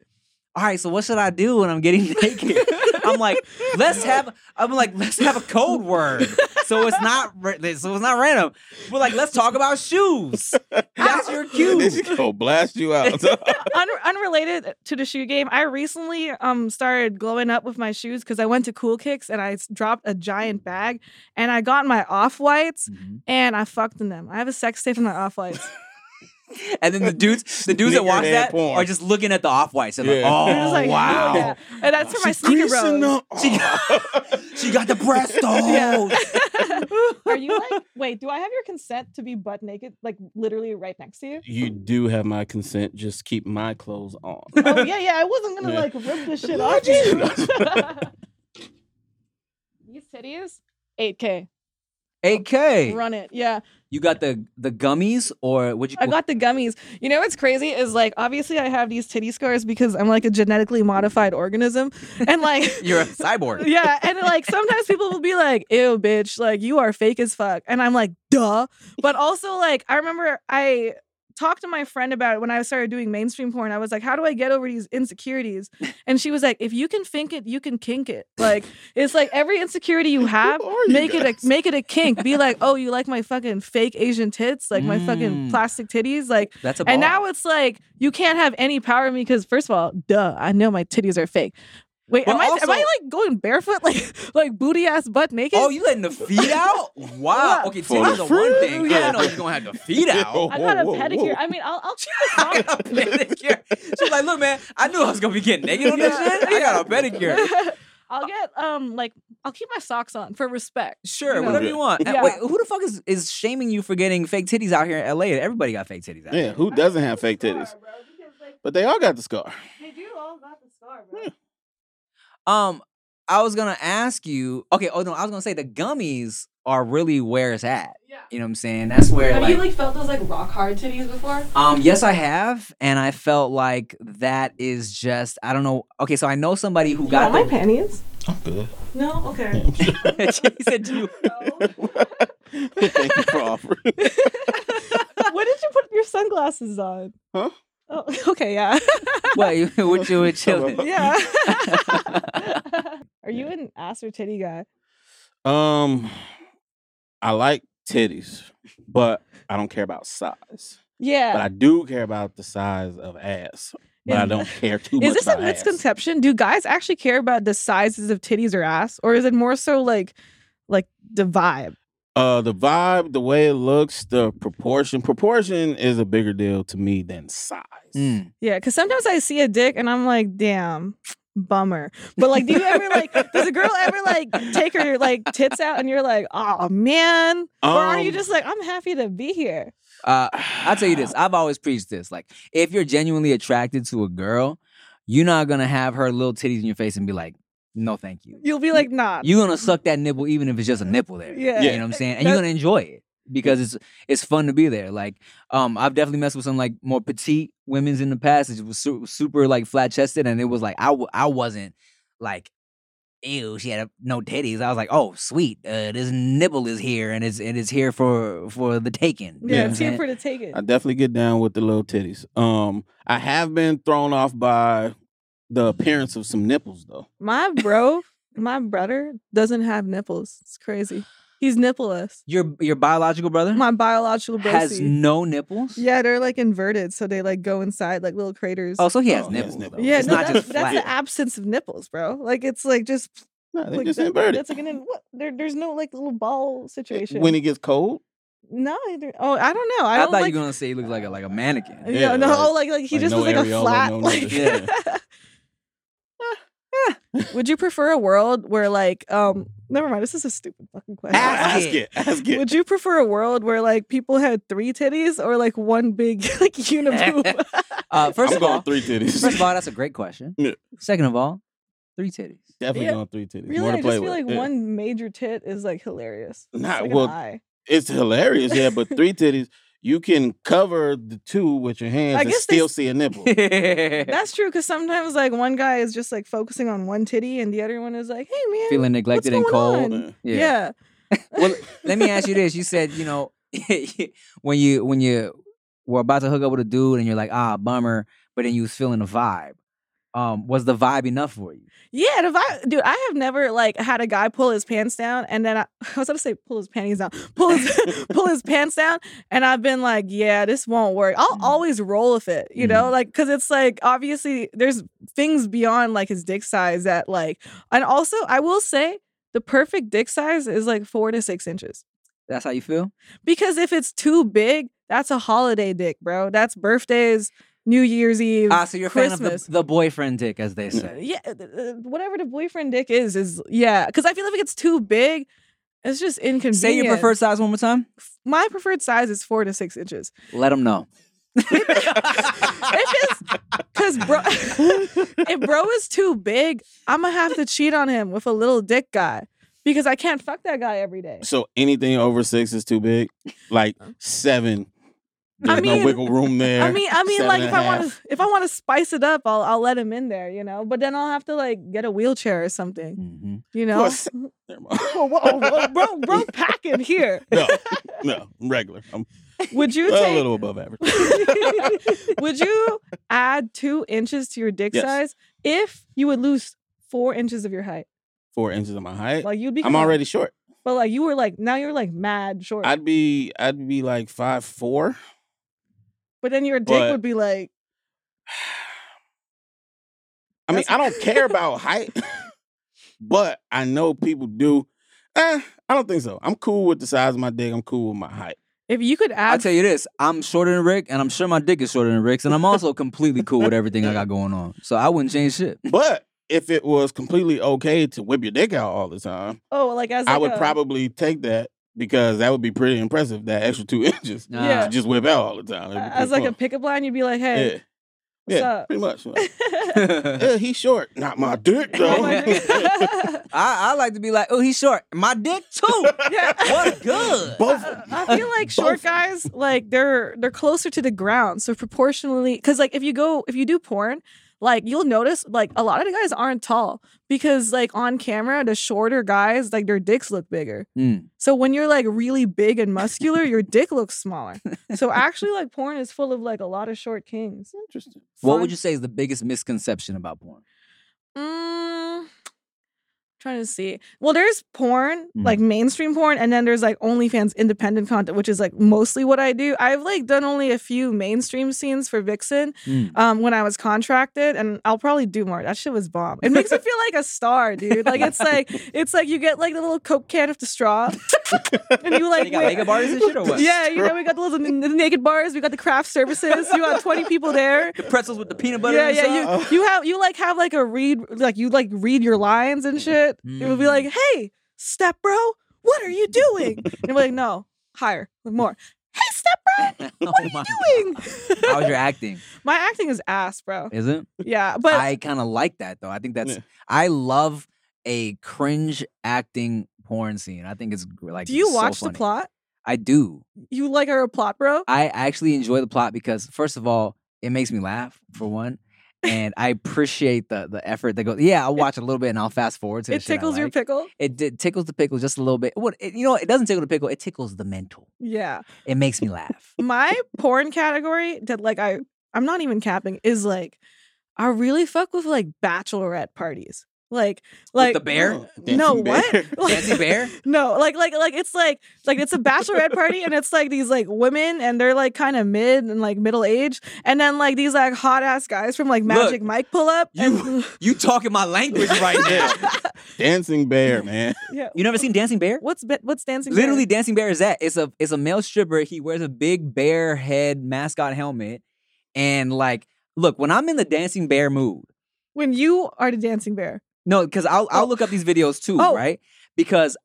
[SPEAKER 1] "All right, so what should I do when I'm getting naked?" I'm like, "Let's have." I'm like, "Let's have a code word." So it's not, ra- so it's not random. We're like, let's talk about shoes. That's your cue.
[SPEAKER 5] This shit gonna blast you out.
[SPEAKER 1] uh,
[SPEAKER 2] Un- unrelated to the shoe game, I recently um started glowing up with my shoes because I went to Cool Kicks and I s- dropped a giant bag and I got my off whites
[SPEAKER 1] Mm-hmm.
[SPEAKER 2] and I fucked in them. I have a sex tape in my off whites.
[SPEAKER 1] And then the dudes, the dudes that watch
[SPEAKER 5] Sneakerhead
[SPEAKER 1] that
[SPEAKER 5] porn.
[SPEAKER 1] are just looking at the off whites and like,
[SPEAKER 5] Yeah.
[SPEAKER 1] oh
[SPEAKER 2] They're just like, "Look
[SPEAKER 1] wow,
[SPEAKER 2] at that." And that's for my sneaker bros.
[SPEAKER 1] she got, she got the breast
[SPEAKER 2] Yeah.
[SPEAKER 1] though.
[SPEAKER 2] Are you like, wait, do I have your consent to be butt naked, like literally right next to you?
[SPEAKER 3] You do have my consent. Just keep my clothes on.
[SPEAKER 2] Oh, yeah, yeah. I wasn't gonna
[SPEAKER 3] Yeah.
[SPEAKER 2] like rip this shit
[SPEAKER 3] Why'd
[SPEAKER 2] off
[SPEAKER 3] you
[SPEAKER 2] you.
[SPEAKER 3] do that?
[SPEAKER 2] These titties, 8K.
[SPEAKER 1] AK,
[SPEAKER 2] Run it. Yeah.
[SPEAKER 1] you got the the gummies or would you?
[SPEAKER 2] I got the gummies. You know what's crazy is like, obviously, I have these titty scars because I'm like a genetically modified organism. And like,
[SPEAKER 1] You're a cyborg.
[SPEAKER 2] yeah and like sometimes people will be like ew bitch like you are fake as fuck and i'm like duh but also like i remember i talked to my friend about it when i started doing mainstream porn i was like how do i get over these insecurities and she was like if you can think it you can kink it like it's like every insecurity you have
[SPEAKER 5] are you
[SPEAKER 2] make it
[SPEAKER 5] guys?
[SPEAKER 2] a make it a kink be like oh you like my fucking fake asian tits like my fucking
[SPEAKER 1] Mm.
[SPEAKER 2] plastic titties like
[SPEAKER 1] That's a
[SPEAKER 2] and
[SPEAKER 1] bar.
[SPEAKER 2] now it's like you can't have any power in me because first of all, duh, I know my titties are fake. Wait,
[SPEAKER 1] Well,
[SPEAKER 2] am I am
[SPEAKER 1] also-
[SPEAKER 2] I like going barefoot, like like booty ass butt naked?
[SPEAKER 1] Oh, you letting the feet out? Wow.
[SPEAKER 2] What?
[SPEAKER 1] Okay,
[SPEAKER 5] For
[SPEAKER 1] titties
[SPEAKER 5] the
[SPEAKER 1] are one thing. I
[SPEAKER 5] fruit?
[SPEAKER 1] didn't know you're gonna have the feet out.
[SPEAKER 2] I got a
[SPEAKER 5] Whoa, whoa,
[SPEAKER 2] pedicure.
[SPEAKER 5] whoa.
[SPEAKER 2] I mean, I'll I'll check
[SPEAKER 1] I
[SPEAKER 2] this
[SPEAKER 1] got a pedicure. She was like, "Look, man, I knew I was gonna be getting naked on this
[SPEAKER 2] Yeah.
[SPEAKER 1] shit. I got a pedicure.
[SPEAKER 2] off. I'll get um like I'll keep my socks on for respect.
[SPEAKER 1] Sure,
[SPEAKER 2] You know?
[SPEAKER 1] whatever you want. And
[SPEAKER 2] Yeah.
[SPEAKER 1] Wait, who the fuck is, is shaming you for getting fake titties out here in LA? Everybody got fake titties out
[SPEAKER 5] Yeah,
[SPEAKER 1] here.
[SPEAKER 5] who doesn't have fake titties? But they all got the scar.
[SPEAKER 2] They do all got the scar, bro.
[SPEAKER 1] Um, I was gonna ask you. Okay, oh no, I was gonna say the gummies are really where it's at.
[SPEAKER 2] Yeah.
[SPEAKER 1] You know what I'm saying? That's where
[SPEAKER 2] Have
[SPEAKER 1] like,
[SPEAKER 2] you like felt those like rock hard titties before?
[SPEAKER 1] um yes I have, and I felt like that is just I don't know. Okay, so I know somebody who got
[SPEAKER 2] my
[SPEAKER 1] the-
[SPEAKER 2] panties.
[SPEAKER 3] I'm good.
[SPEAKER 2] No, okay.
[SPEAKER 1] she said you.
[SPEAKER 2] Oh.
[SPEAKER 5] Thank you for offering.
[SPEAKER 2] when did you put your sunglasses on?
[SPEAKER 5] Huh?
[SPEAKER 2] Oh, okay, yeah.
[SPEAKER 1] Well, you what you were chilling.
[SPEAKER 2] Yeah. Are you an ass or titty guy?
[SPEAKER 5] Um, I like titties, but I don't care about size. But
[SPEAKER 2] Yeah.
[SPEAKER 5] I do care about the size of ass. But I
[SPEAKER 2] Is-
[SPEAKER 5] don't care too much
[SPEAKER 2] Is this a
[SPEAKER 5] about ass.
[SPEAKER 2] misconception? Do guys actually care about the sizes of titties or ass, or is it more so like, like the vibe?
[SPEAKER 5] Uh, the vibe, the way it looks, the proportion. Proportion is a bigger deal to me than size.
[SPEAKER 1] Mm.
[SPEAKER 2] Yeah, because sometimes I see a dick and I'm like, damn, bummer. But like, do you ever like? Does a girl ever like take her like tits out and you're like, oh man? or are you
[SPEAKER 5] Um,
[SPEAKER 2] just like, I'm happy to be here?
[SPEAKER 1] Uh, I'll tell you this. I've always preached this. Like, if you're genuinely attracted to a girl, you're not gonna have her little titties in your face and be like, "No, thank you."
[SPEAKER 2] You'll be like, nah.
[SPEAKER 1] you're gonna suck that nipple even if it's just a nipple there.
[SPEAKER 2] Yeah.
[SPEAKER 1] You
[SPEAKER 5] Yeah.
[SPEAKER 1] know what I'm saying? And you're gonna enjoy it because it's it's fun to be there. Like, um, I've definitely messed with some like more petite women's in the past. It was su- super like flat chested, and it was like I w- I wasn't like. Ew, she had a, no titties. I was like, "Oh, sweet, uh, this nipple is here, and it's and it's here for for the taking." You know
[SPEAKER 2] yeah,
[SPEAKER 1] what I'm
[SPEAKER 2] it's here
[SPEAKER 1] saying?
[SPEAKER 2] for the taking.
[SPEAKER 5] I definitely get down with the little titties. Um, I have been thrown off by the appearance of some nipples though.
[SPEAKER 2] My bro, my brother doesn't have nipples. It's crazy. He's nippleless.
[SPEAKER 1] Your your biological brother
[SPEAKER 2] My biological bro.
[SPEAKER 1] has
[SPEAKER 2] see.
[SPEAKER 1] no nipples.
[SPEAKER 2] yeah, they're like inverted, so they like go inside like little craters.
[SPEAKER 1] Oh, so he has
[SPEAKER 5] Oh, he has
[SPEAKER 1] nipples.
[SPEAKER 5] nipples.
[SPEAKER 1] though.
[SPEAKER 2] yeah,
[SPEAKER 1] it's
[SPEAKER 2] no,
[SPEAKER 1] not
[SPEAKER 2] that's,
[SPEAKER 1] just
[SPEAKER 2] that's
[SPEAKER 1] flat.
[SPEAKER 2] the absence of nipples, bro. Like it's like just
[SPEAKER 5] No, they
[SPEAKER 2] like
[SPEAKER 5] just
[SPEAKER 2] that-
[SPEAKER 5] inverted.
[SPEAKER 2] That's like an in- what? There, there's no like little ball situation.
[SPEAKER 5] When it gets cold,
[SPEAKER 2] no, there- oh, I don't know. I,
[SPEAKER 1] I,
[SPEAKER 2] don't
[SPEAKER 1] thought
[SPEAKER 2] like,
[SPEAKER 1] you were gonna say he looked like a like a mannequin.
[SPEAKER 2] Yeah,
[SPEAKER 5] Yeah,
[SPEAKER 2] no,
[SPEAKER 5] like-
[SPEAKER 2] oh, like like he
[SPEAKER 5] like
[SPEAKER 2] just
[SPEAKER 5] no
[SPEAKER 2] was like a
[SPEAKER 5] areola,
[SPEAKER 2] flat.
[SPEAKER 5] no
[SPEAKER 2] like,
[SPEAKER 1] nothing.
[SPEAKER 2] Ah, ah. Would you prefer a world where like um? Never mind. This is a stupid fucking question.
[SPEAKER 1] Ask
[SPEAKER 5] ask
[SPEAKER 1] it.
[SPEAKER 5] it, ask it.
[SPEAKER 2] Would you prefer a world where like people had three titties or like one big like uniboob?
[SPEAKER 1] Uh, first
[SPEAKER 5] I'm
[SPEAKER 1] of
[SPEAKER 5] going
[SPEAKER 1] all,
[SPEAKER 5] three titties.
[SPEAKER 1] first of all, that's a great question.
[SPEAKER 5] Yeah.
[SPEAKER 1] Second of all, three titties.
[SPEAKER 5] Definitely
[SPEAKER 2] Yeah.
[SPEAKER 5] going three titties.
[SPEAKER 2] really,
[SPEAKER 5] More
[SPEAKER 2] I
[SPEAKER 5] to
[SPEAKER 2] just
[SPEAKER 5] play
[SPEAKER 2] feel
[SPEAKER 5] with.
[SPEAKER 2] like
[SPEAKER 5] yeah.
[SPEAKER 2] one major tit is like hilarious. It's
[SPEAKER 5] Nah,
[SPEAKER 2] like an
[SPEAKER 5] well,
[SPEAKER 2] eye.
[SPEAKER 5] It's hilarious, yeah. But three titties, you can cover the two with your hands
[SPEAKER 2] I
[SPEAKER 5] and
[SPEAKER 2] guess they
[SPEAKER 5] still
[SPEAKER 2] s-
[SPEAKER 5] see a nipple.
[SPEAKER 2] That's true because sometimes like one guy is just like focusing on one titty and the other one is like, hey man,
[SPEAKER 1] Feeling neglected and cold.
[SPEAKER 2] going on?
[SPEAKER 5] Yeah.
[SPEAKER 2] yeah.
[SPEAKER 1] well, let me ask you this. You said, you know, when you when you were about to hook up with a dude and you're like, ah, bummer, but then you was feeling the vibe. Um, was the vibe enough for you?
[SPEAKER 2] Yeah, the vibe, dude. I have never like had a guy pull his pants down, and then I, I was gonna say pull his panties down, pull his pull his pants down, and I've been like, yeah, this won't work. I'll always roll with it, you know, like because it's like obviously there's things beyond like his dick size that like, and also I will say the perfect dick size is like four to six inches
[SPEAKER 1] That's how you feel?
[SPEAKER 2] because if it's too big, that's a holiday dick, bro. That's birthdays, New Year's Eve.
[SPEAKER 1] Ah, so you're a fan of
[SPEAKER 2] Christmas.
[SPEAKER 1] the, the boyfriend dick, as they say.
[SPEAKER 2] yeah, uh, th- th- whatever the boyfriend dick is is yeah. Because I feel if it gets too big, it's just inconvenient.
[SPEAKER 1] Say your preferred size one more time.
[SPEAKER 2] My preferred size is four to six inches.
[SPEAKER 1] Let them know.
[SPEAKER 2] If it's because bro, if bro is too big, I'm gonna have to cheat on him with a little dick guy because I can't fuck that guy every day.
[SPEAKER 5] So anything over six is too big. Like seven,
[SPEAKER 2] I
[SPEAKER 5] there's
[SPEAKER 2] mean-
[SPEAKER 5] no wiggle room there.
[SPEAKER 2] I mean, I mean,
[SPEAKER 5] Seven
[SPEAKER 2] like
[SPEAKER 5] and
[SPEAKER 2] if
[SPEAKER 5] a
[SPEAKER 2] I want
[SPEAKER 5] half.
[SPEAKER 2] to, if I want to spice it up, I'll I'll let him in there, you know. But then I'll have to like get a wheelchair or something,
[SPEAKER 1] hmm
[SPEAKER 2] you know.
[SPEAKER 5] Well, se- Never mind.
[SPEAKER 2] Whoa, whoa, whoa, bro, bro, packing here.
[SPEAKER 5] No, no, I'm regular. I'm
[SPEAKER 2] Would you
[SPEAKER 5] a
[SPEAKER 2] take
[SPEAKER 5] little above average.
[SPEAKER 2] would you add two inches to your dick
[SPEAKER 5] Yes.
[SPEAKER 2] size if you would lose four inches of your height?
[SPEAKER 5] Four inches of my height.
[SPEAKER 2] Like you'd be.
[SPEAKER 5] I'm already short.
[SPEAKER 2] But like you were like now you're like mad short.
[SPEAKER 5] I'd be I'd be like five four.
[SPEAKER 2] but then your dick
[SPEAKER 5] but-
[SPEAKER 2] would be like
[SPEAKER 5] I mean,
[SPEAKER 2] That's-
[SPEAKER 5] I don't care about height, but I know people do. Eh, I don't think so. I'm cool with the size of my dick. I'm cool with my height.
[SPEAKER 2] if you could
[SPEAKER 1] I'll
[SPEAKER 2] add.
[SPEAKER 1] tell you this. I'm shorter than Rick, and I'm sure my dick is shorter than Rick's, and I'm also completely cool with everything I got going on. So I wouldn't change shit.
[SPEAKER 5] But if it was completely okay to whip your dick out all the time,
[SPEAKER 2] oh, like as
[SPEAKER 5] I
[SPEAKER 2] like
[SPEAKER 5] would
[SPEAKER 2] a-
[SPEAKER 5] probably take that because that would be pretty impressive. That extra two inches
[SPEAKER 1] Nah.
[SPEAKER 2] Yeah.
[SPEAKER 5] to just whip out all the time. That'd be
[SPEAKER 2] as Uh, like
[SPEAKER 5] pretty
[SPEAKER 2] a pickup line. You'd be like,
[SPEAKER 5] fun.
[SPEAKER 2] hey,
[SPEAKER 5] yeah,
[SPEAKER 2] what's
[SPEAKER 5] yeah,
[SPEAKER 2] up?
[SPEAKER 5] pretty much. Like,
[SPEAKER 1] I,
[SPEAKER 5] "Eh, he's short, not my dick
[SPEAKER 2] Oh
[SPEAKER 5] though.
[SPEAKER 2] my God.
[SPEAKER 1] I like to be like, oh, he's short. My dick too.
[SPEAKER 2] yeah.
[SPEAKER 1] What good?
[SPEAKER 5] Both.
[SPEAKER 2] I I feel like short guys like they're they're closer to the ground, so proportionally, because like if you go if you do porn, like you'll notice like a lot of the guys aren't tall because like on camera the shorter guys like their dicks look bigger.
[SPEAKER 1] Mm.
[SPEAKER 2] So when you're like really big and muscular, your dick looks smaller. So actually, like porn is full of like a lot of short kings.
[SPEAKER 5] Interesting.
[SPEAKER 1] What would you say is the biggest misconception about porn?
[SPEAKER 2] Mm, trying to see. Well, there's porn, like
[SPEAKER 1] Mm-hmm.
[SPEAKER 2] mainstream porn, and then there's like OnlyFans independent content, which is like mostly what I do. I've like done only a few mainstream scenes for Vixen
[SPEAKER 1] Mm.
[SPEAKER 2] um, when I was contracted, and I'll probably do more. That shit was bomb. It makes me feel like a star, dude. Like it's like it's like you get like the little coke can with the straw, and you like
[SPEAKER 1] They got
[SPEAKER 2] wait-
[SPEAKER 1] makeup artists and shit or what?
[SPEAKER 2] Yeah, you know we got the little n- the naked bars, we got the craft services. You got twenty people there
[SPEAKER 1] The pretzels with the peanut butter.
[SPEAKER 2] yeah,
[SPEAKER 1] inside?
[SPEAKER 2] yeah. You, you have you like have like a read like you like read your lines
[SPEAKER 1] Mm-hmm.
[SPEAKER 2] and shit. It would be like, hey, step bro, what are you doing? and we're like, no, higher, more. Hey, step bro,
[SPEAKER 1] Oh
[SPEAKER 2] what
[SPEAKER 1] my
[SPEAKER 2] are you doing?
[SPEAKER 1] How's your acting?
[SPEAKER 2] My acting is ass, bro.
[SPEAKER 1] Is it?
[SPEAKER 2] Yeah, but
[SPEAKER 1] I kind of like that though. I think that's.
[SPEAKER 5] Yeah.
[SPEAKER 1] I love a cringe acting porn scene. I think it's gr- like.
[SPEAKER 2] do you
[SPEAKER 1] so
[SPEAKER 2] watch
[SPEAKER 1] funny.
[SPEAKER 2] the plot?
[SPEAKER 1] I do.
[SPEAKER 2] You like our plot, bro?
[SPEAKER 1] I actually enjoy the plot because first of all, it makes me laugh for one, and I appreciate the the effort that goes. Yeah, I'll watch a little bit and I'll fast forward to. the
[SPEAKER 2] It
[SPEAKER 1] shit I
[SPEAKER 2] tickles your
[SPEAKER 1] like.
[SPEAKER 2] pickle.
[SPEAKER 1] It did, tickles the pickle just a little bit. What it, you know? It doesn't tickle the pickle. It tickles the mental.
[SPEAKER 2] Yeah,
[SPEAKER 1] It makes me laugh.
[SPEAKER 2] my porn category that like I I'm not even capping is like I really fuck with like bachelorette parties. Like like
[SPEAKER 1] the bear?
[SPEAKER 2] No, what? Like-
[SPEAKER 1] Desi Bear?
[SPEAKER 2] No, like like like it's like like it's a bachelorette party and it's like these like women and they're like kind of mid and like middle age and then like these like hot ass guys from like Magic Mike pull up and
[SPEAKER 1] You talking my language right now.
[SPEAKER 5] Dancing bear, man.
[SPEAKER 2] yeah.
[SPEAKER 1] You never seen Dancing Bear?
[SPEAKER 2] What's ba- what's dancing? bear?
[SPEAKER 1] Literally, Dancing Bear is that. It's a it's a male stripper. He wears a big bear head mascot helmet, and like, look, when I'm in the Dancing Bear mood,
[SPEAKER 2] when you are the dancing bear.
[SPEAKER 1] no, because I'll I'll
[SPEAKER 2] Oh.
[SPEAKER 1] look up these videos too,
[SPEAKER 2] Oh.
[SPEAKER 1] right? Because,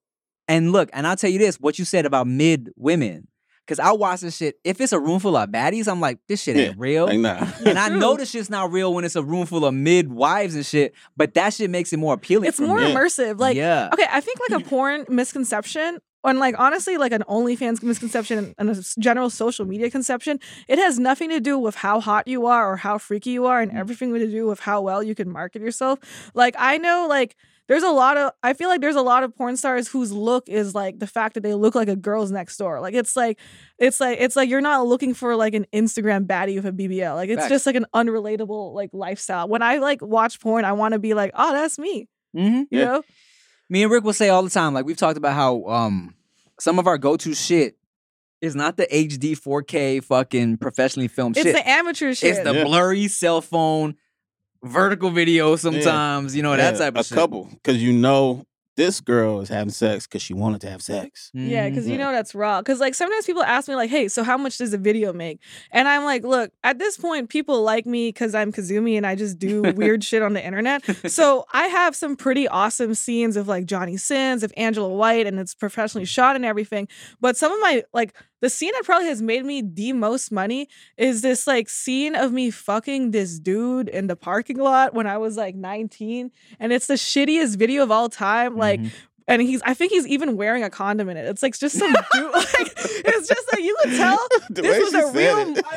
[SPEAKER 1] and look, and I'll tell you this: what you said about mid women, because I'll watch this shit. If it's a room full of baddies, I'm like, this shit
[SPEAKER 5] Yeah,
[SPEAKER 1] ain't real.
[SPEAKER 5] Like, nah.
[SPEAKER 1] and I
[SPEAKER 2] True.
[SPEAKER 1] know this shit's not real when it's a room full of midwives and shit, but that shit makes it more appealing.
[SPEAKER 2] It's
[SPEAKER 1] for
[SPEAKER 2] more
[SPEAKER 1] me.
[SPEAKER 5] Yeah.
[SPEAKER 2] immersive. Like
[SPEAKER 1] yeah,
[SPEAKER 2] Okay, I think like a porn misconception, and like honestly, like an OnlyFans misconception and a s- general social media conception, it has nothing to do with how hot you are or how freaky you are, and everything to do with how well you can market yourself. Like I know, like there's a lot of I feel like there's a lot of porn stars whose look is like the fact that they look like a girl's next door. Like it's like it's like it's like you're not looking for like an Instagram baddie with a BBL. Like it's
[SPEAKER 1] Facts.
[SPEAKER 2] just like an unrelatable like lifestyle. When I like watch porn, I want to be like, oh, that's me.
[SPEAKER 1] hmm
[SPEAKER 2] You
[SPEAKER 5] Yeah.
[SPEAKER 2] know?
[SPEAKER 1] me and Rick will say all the time, like we've talked about how um some of our go-to shit is not the HD 4K fucking professionally filmed
[SPEAKER 2] It's
[SPEAKER 1] shit.
[SPEAKER 2] the amateur shit.
[SPEAKER 1] it's the
[SPEAKER 5] Yeah.
[SPEAKER 1] blurry cell phone, vertical video sometimes, you know, Oh, that
[SPEAKER 5] Yeah,
[SPEAKER 1] type of
[SPEAKER 5] a
[SPEAKER 1] shit.
[SPEAKER 5] couple, because you know this girl is having sex because she wanted to have sex.
[SPEAKER 2] Yeah,
[SPEAKER 1] Mhm.
[SPEAKER 2] because you
[SPEAKER 5] Yeah.
[SPEAKER 2] know that's raw. Because like sometimes people ask me like, "Hey, so how much does a video make?" And I'm like, "Look, at this point, people like me because I'm Kazumi and I just do weird shit on the internet. So I have some pretty awesome scenes of like Johnny Sins, of Angela White, and it's professionally shot and everything. But some of my like the scene that probably has made me the most money is this like scene of me fucking this dude in the parking lot when I was like 19, and it's the shittiest video of all time. Like
[SPEAKER 1] Mhm.
[SPEAKER 2] and he's I think he's even wearing a condom in it. It's like just some dude like it's just like you can tell
[SPEAKER 5] The
[SPEAKER 2] This
[SPEAKER 5] way
[SPEAKER 2] was
[SPEAKER 5] she
[SPEAKER 2] a real- I know.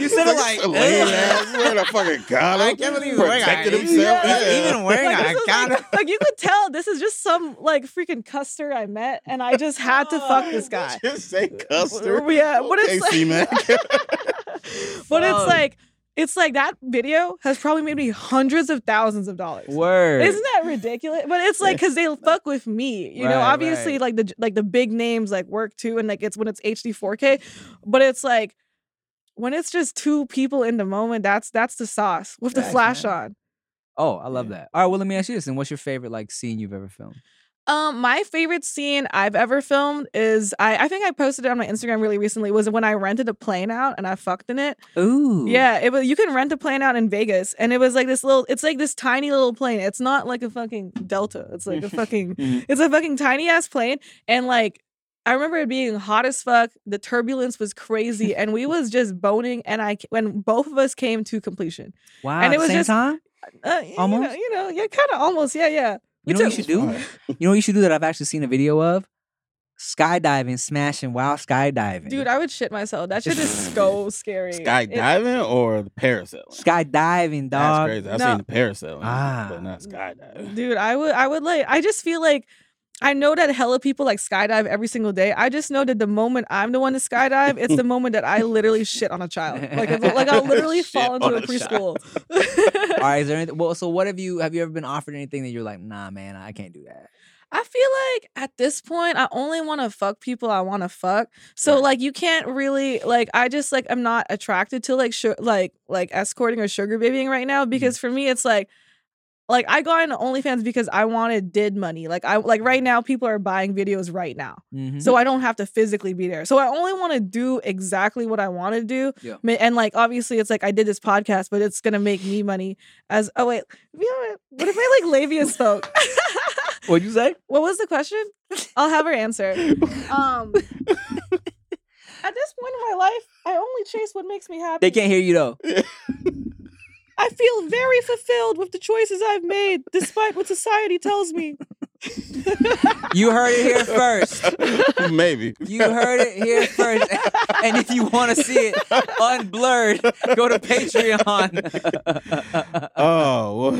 [SPEAKER 1] You said it like,
[SPEAKER 5] lame
[SPEAKER 1] "Ugh."
[SPEAKER 5] ass wearing a fucking condom.
[SPEAKER 1] I can't believe he's wearing a-
[SPEAKER 5] protected himself.
[SPEAKER 2] Yeah.
[SPEAKER 5] Yeah.
[SPEAKER 1] even wearing
[SPEAKER 2] like,
[SPEAKER 1] a
[SPEAKER 2] this is,
[SPEAKER 1] condom.
[SPEAKER 2] like, like you could tell this is just some like freaking custer I met and I just had to fuck this guy.
[SPEAKER 5] Just say custard.
[SPEAKER 2] Yeah, but
[SPEAKER 5] Okay,
[SPEAKER 2] it's like, but it's
[SPEAKER 1] Fuck.
[SPEAKER 2] like it's like that video has probably made me hundreds of thousands of dollars.
[SPEAKER 1] Word.
[SPEAKER 2] Isn't that ridiculous? But it's like because they fuck with me, you know.
[SPEAKER 1] Right,
[SPEAKER 2] Obviously,
[SPEAKER 1] right.
[SPEAKER 2] like the like the big names like work too, and like it's when it's HD 4K. But it's like when it's just two people in the moment. That's that's the sauce with the
[SPEAKER 5] Facts,
[SPEAKER 2] flash
[SPEAKER 5] man.
[SPEAKER 2] on.
[SPEAKER 1] oh, I love
[SPEAKER 5] Yeah.
[SPEAKER 1] that. All right, well, let me ask you this. And what's your favorite like scene you've ever filmed?
[SPEAKER 2] Um, my favorite scene I've ever filmed is I I think I posted it on my Instagram really recently was when I rented a plane out and I fucked in it.
[SPEAKER 1] Ooh.
[SPEAKER 2] Yeah, it was. You can rent a plane out in Vegas, and it was like this little. It's like this tiny little plane. It's not like a fucking Delta. It's like a fucking.
[SPEAKER 1] Mm-hmm.
[SPEAKER 5] Mhm.
[SPEAKER 2] it's a fucking tiny ass plane, and like. I remember it being hot as fuck. The turbulence was crazy, and we was just boning. And I, when both of us came to completion,
[SPEAKER 1] Wow.
[SPEAKER 2] And
[SPEAKER 1] at
[SPEAKER 2] it
[SPEAKER 1] the
[SPEAKER 2] was
[SPEAKER 1] same
[SPEAKER 2] just-
[SPEAKER 1] time?
[SPEAKER 2] uh, you know-
[SPEAKER 1] Almost?
[SPEAKER 2] you know, yeah, kind of almost, yeah, yeah.
[SPEAKER 1] You
[SPEAKER 2] We
[SPEAKER 1] know what you
[SPEAKER 2] took-
[SPEAKER 1] should do? You know what you should do that I've actually seen a video of? Skydiving, smashing while skydiving.
[SPEAKER 2] dude, I would shit myself. That shit is so scary. It-
[SPEAKER 5] skydiving or the parasailing?
[SPEAKER 1] skydiving,
[SPEAKER 5] That's
[SPEAKER 1] dog.
[SPEAKER 5] crazy. I've
[SPEAKER 2] no.
[SPEAKER 5] seen the parasailing,
[SPEAKER 1] Ah.
[SPEAKER 5] but not skydiving.
[SPEAKER 2] dude i would i would like i just feel like i know that hella people like skydive every single day i just know that the moment i'm the one to skydive it's the moment that i literally shit on a child like it's, like i'll literally
[SPEAKER 5] Shit
[SPEAKER 2] fall into
[SPEAKER 5] on
[SPEAKER 2] a
[SPEAKER 5] a
[SPEAKER 2] preschool
[SPEAKER 1] All right, is there anything? Well, so what have you have you ever been offered anything that you're like, nah, man, I can't do that.
[SPEAKER 2] i feel like at this point i only want to fuck people i want to fuck so like you can't really like i just like i'm not attracted to like su- like like escorting or sugar babying right now
[SPEAKER 5] Mm-hmm.
[SPEAKER 2] because for me it's like like I got into OnlyFans because I wanted did money. Like I like right now people are buying videos right now.
[SPEAKER 1] Mhm.
[SPEAKER 2] so I don't have to physically be there. So I only want to do exactly what I want to do.
[SPEAKER 1] Yeah.
[SPEAKER 2] Ma- And like obviously it's like I did this podcast, but it's gonna make me money as oh wait, you know what What if my like labia spoke?
[SPEAKER 1] What'd you say?
[SPEAKER 2] what was the question? I'll have her answer. Um At this point in my life, I only chase what makes me happy.
[SPEAKER 1] They can't hear you though.
[SPEAKER 2] I feel very fulfilled with the choices I've made, despite what society tells me.
[SPEAKER 1] You heard it here first.
[SPEAKER 5] Maybe.
[SPEAKER 1] You heard it here first. And if you want to see it unblurred, go to Patreon.
[SPEAKER 5] Oh Oh,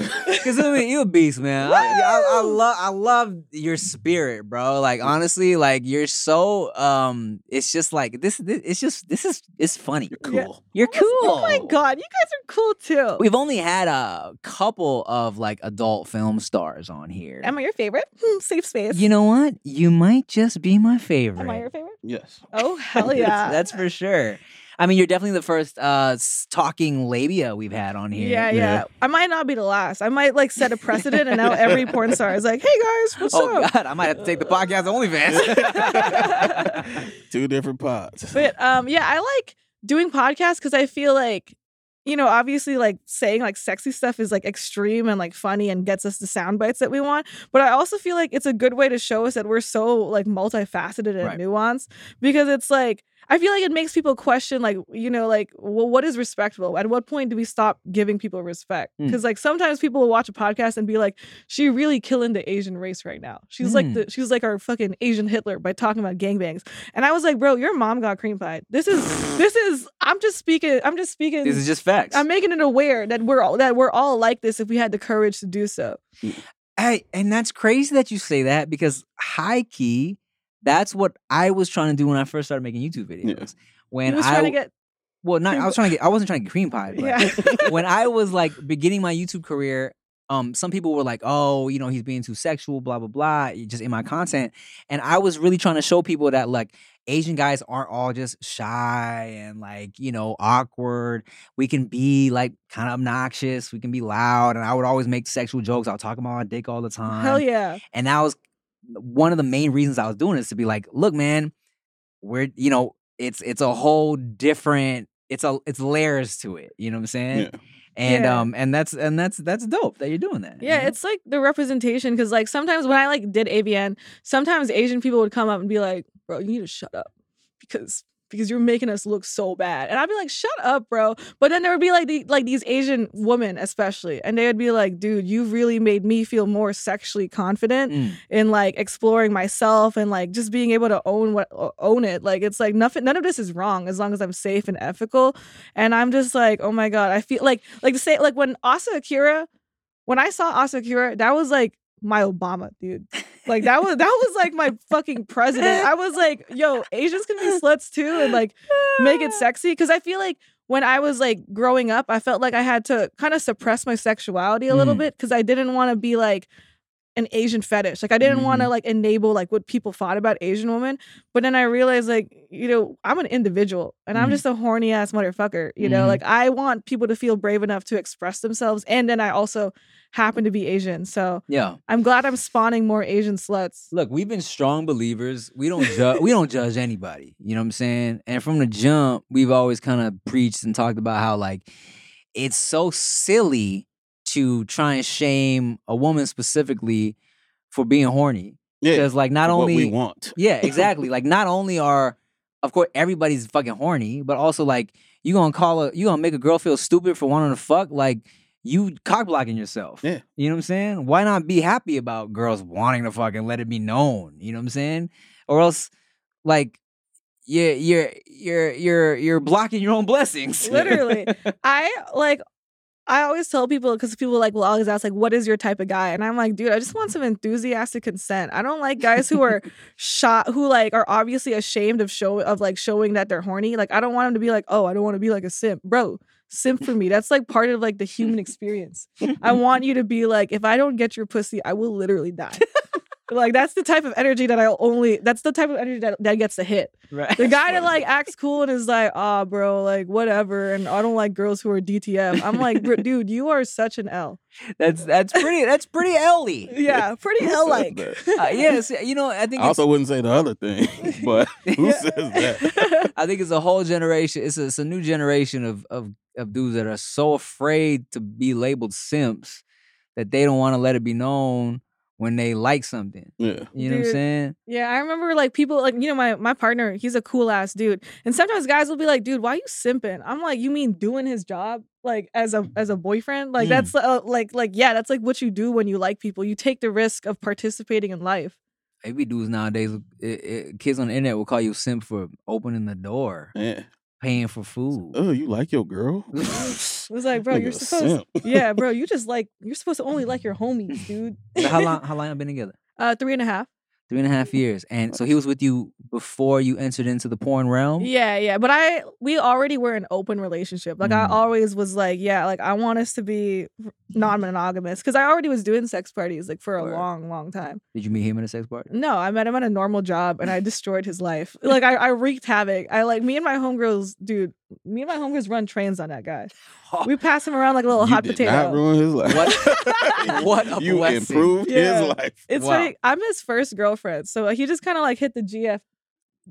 [SPEAKER 1] Cause I mean, you a beast, man. I, I, I love, I love your spirit, bro. Like honestly, like you're so, um, it's just like this, this it's just, this is, it's funny. You're
[SPEAKER 2] Yeah.
[SPEAKER 5] cool.
[SPEAKER 1] You're cool.
[SPEAKER 2] Oh my god, you guys are cool too.
[SPEAKER 1] We've only had a couple of like adult film stars on here.
[SPEAKER 2] Am I your favorite? Hmm, Safe space.
[SPEAKER 1] you know what? You might just be my favorite.
[SPEAKER 2] Am I your favorite?
[SPEAKER 5] Yes.
[SPEAKER 2] Oh hell
[SPEAKER 1] That's-
[SPEAKER 2] yeah.
[SPEAKER 1] that's, for sure. I mean, you're definitely the first uh s- talking labia we've had on here.
[SPEAKER 2] Yeah, yeah,
[SPEAKER 5] Yeah.
[SPEAKER 2] I might not be the last. I might like set a precedent, and now every porn star is like, "Hey guys, what's
[SPEAKER 1] Oh
[SPEAKER 2] up?"
[SPEAKER 1] God, I might have to take the podcast to OnlyFans.
[SPEAKER 5] Two different pods.
[SPEAKER 2] But um, yeah, I like doing podcasts because I feel like, you know, obviously, like saying like sexy stuff is like extreme and like funny and gets us the sound bites that we want. But I also feel like it's a good way to show us that we're so like multifaceted and
[SPEAKER 1] Right.
[SPEAKER 2] nuanced because it's like. I feel like it makes people question, like, you know, like, well, what is respectable? At what point do we stop giving people respect?
[SPEAKER 1] Mm.
[SPEAKER 2] Because, like, sometimes people will watch a podcast and be like, she really killing the Asian race right now. She's like
[SPEAKER 1] Mm.
[SPEAKER 2] the she's like our fucking Asian Hitler by talking about gangbangs. And I was like, bro, your mom got cream pie. This is this is I'm just speaking I'm just speaking
[SPEAKER 1] this is just facts.
[SPEAKER 2] I'm making it aware that we're all that we're all like this if we had the courage to do so.
[SPEAKER 1] Hey, and that's crazy that you say that because high key, that's what I was trying to do when I first started making YouTube videos.
[SPEAKER 5] Yeah.
[SPEAKER 1] When
[SPEAKER 2] And was
[SPEAKER 1] I
[SPEAKER 2] trying to get
[SPEAKER 1] well, not I was trying to get I wasn't trying to get cream pie, but
[SPEAKER 2] yeah.
[SPEAKER 1] when I was like beginning my YouTube career, um, some people were like, "Oh, you know, he's being too sexual, blah blah blah," eh, just in my content, and I was really trying to show people that like Asian guys aren't all just shy and like you know awkward. We can be like kind of obnoxious. We can be loud, and I would always make sexual jokes. I'll talk about my dick all the time.
[SPEAKER 2] Hell yeah.
[SPEAKER 1] And that was one of the main reasons I was doing this to be like, look, man, we're you know, it's it's a whole different, it's a it's layers to it. You know what I'm saying?
[SPEAKER 5] Yeah.
[SPEAKER 1] And
[SPEAKER 2] Yeah.
[SPEAKER 1] um and that's and that's that's dope that you're doing that. you
[SPEAKER 2] Yeah,
[SPEAKER 1] know?
[SPEAKER 2] it's like the representation because like sometimes when I like did ABN, sometimes Asian people would come up and be like, "Bro, you need to shut up because because you're making us look so bad." And I'd be like, "Shut up, bro." But then there would be like the, like these Asian women especially, and they would be like, "Dude, you really made me feel more sexually confident
[SPEAKER 1] Mm.
[SPEAKER 2] in like exploring myself and like just being able to own what o- own it." Like it's like nothing none of this is wrong as long as I'm safe and ethical. And I'm just like, "Oh my god, I feel like like to say like when Asa Akira when I saw Asakura, that was like my Obama, dude. Like that was that was like my fucking president. I was like, yo, Asians can be sluts too and like make it sexy. Cause I feel like when I was like growing up, I felt like I had to kind of suppress my sexuality a little
[SPEAKER 1] Mm.
[SPEAKER 2] bit because I didn't want to be like an Asian fetish. Like I didn't want to like enable like what people thought about Asian women. But then I realized like, you know, I'm an individual and I'm
[SPEAKER 1] Mhm.
[SPEAKER 2] just a horny ass motherfucker. You know,
[SPEAKER 1] Mhm.
[SPEAKER 2] like I want people to feel brave enough to express themselves. And then I also happen to be Asian. So
[SPEAKER 1] yeah.
[SPEAKER 2] I'm glad I'm spawning more Asian sluts.
[SPEAKER 1] Look, we've been strong believers. We don't judge we don't judge anybody. You know what I'm saying? And from the jump, we've always kind of preached and talked about how like it's so silly to try and shame a woman specifically for being horny.
[SPEAKER 5] Yeah.
[SPEAKER 1] Because like not
[SPEAKER 5] for
[SPEAKER 1] only
[SPEAKER 5] what we want.
[SPEAKER 1] Yeah, exactly. like not only are of course everybody's fucking horny, but also like you gonna call a you gonna make a girl feel stupid for wanting to fuck, like you cock blocking yourself.
[SPEAKER 5] Yeah.
[SPEAKER 1] You know what I'm saying? Why not be happy about girls wanting to fuck and let it be known? You know what I'm saying? Or else like you're you're you're you're you're blocking your own blessings.
[SPEAKER 2] Literally. I like I always tell people because people like will always ask like, "What is your type of guy?" And I'm like, "Dude, I just want some enthusiastic consent. I don't like guys who are shot, who like are obviously ashamed of show of like showing that they're horny. Like, I don't want them to be like, oh, I don't want to be like a simp, bro. Simp for me. That's like part of like the human experience. I want you to be like, if I don't get your pussy, I will literally die. like, that's the type of energy that I only. That's the type of energy that that gets a hit.
[SPEAKER 1] right.
[SPEAKER 2] The guy that like acts cool and is like, ah, bro, like whatever, and I don't like girls who are DTF. I'm like, bro, dude, you are such an L.
[SPEAKER 1] That's that's pretty that's pretty elly.
[SPEAKER 2] Yeah, pretty L like.
[SPEAKER 5] Says
[SPEAKER 1] Uh, yes, you know, I think
[SPEAKER 5] I
[SPEAKER 1] it's-
[SPEAKER 5] also wouldn't say the other thing, but who says that?
[SPEAKER 1] I think it's a whole generation. It's a, it's a new generation of of of dudes that are so afraid to be labeled simps that they don't want to let it be known when they like something.
[SPEAKER 5] Yeah.
[SPEAKER 1] You know what I'm
[SPEAKER 2] Dude.
[SPEAKER 1] saying?
[SPEAKER 2] Yeah, I remember like people like you know my my partner, he's a cool ass dude, and sometimes guys will be like, dude, why you simping? I'm like, you mean doing his job like as a as a boyfriend? Like
[SPEAKER 1] Mm.
[SPEAKER 2] that's uh, like like yeah, that's like what you do when you like people. You take the risk of participating in life.
[SPEAKER 1] eh, Maybe dudes nowadays, it, it, kids on the internet will call you a simp for opening the door.
[SPEAKER 5] Yeah.
[SPEAKER 1] paying for food.
[SPEAKER 5] Oh, you like your girl?
[SPEAKER 2] It was like, bro,
[SPEAKER 5] Nigga
[SPEAKER 2] you're
[SPEAKER 5] a
[SPEAKER 2] supposed.
[SPEAKER 5] simp.
[SPEAKER 2] yeah, bro, you just like you're supposed to only like your homies, dude.
[SPEAKER 1] So how long? How long have been together?
[SPEAKER 2] Uh, three and a half.
[SPEAKER 1] Three and a half years. And so he was with you before you entered into the porn
[SPEAKER 5] Oh.
[SPEAKER 1] realm.
[SPEAKER 2] Yeah, yeah. But I we already were an open relationship. Like I
[SPEAKER 1] Mm.
[SPEAKER 2] always was like, yeah, like I want us to be non monogamous because I already was doing sex parties like for a
[SPEAKER 1] Word.
[SPEAKER 2] long, long time.
[SPEAKER 1] Did you meet him in a sex party?
[SPEAKER 2] No, I met him at a normal job and I destroyed his life. Like I, I wreaked havoc. I like me and my homegirls, dude. Me and my homegirls run trains on that guy. We pass him around like a little
[SPEAKER 5] you
[SPEAKER 2] hot
[SPEAKER 5] did
[SPEAKER 2] potato.
[SPEAKER 5] Not ruin his life.
[SPEAKER 1] What- what a
[SPEAKER 5] you
[SPEAKER 1] blessing.
[SPEAKER 5] improved
[SPEAKER 2] Yeah.
[SPEAKER 5] his life.
[SPEAKER 2] It's
[SPEAKER 1] Wow.
[SPEAKER 2] like I'm his first girlfriend, so he just kind of like hit the GF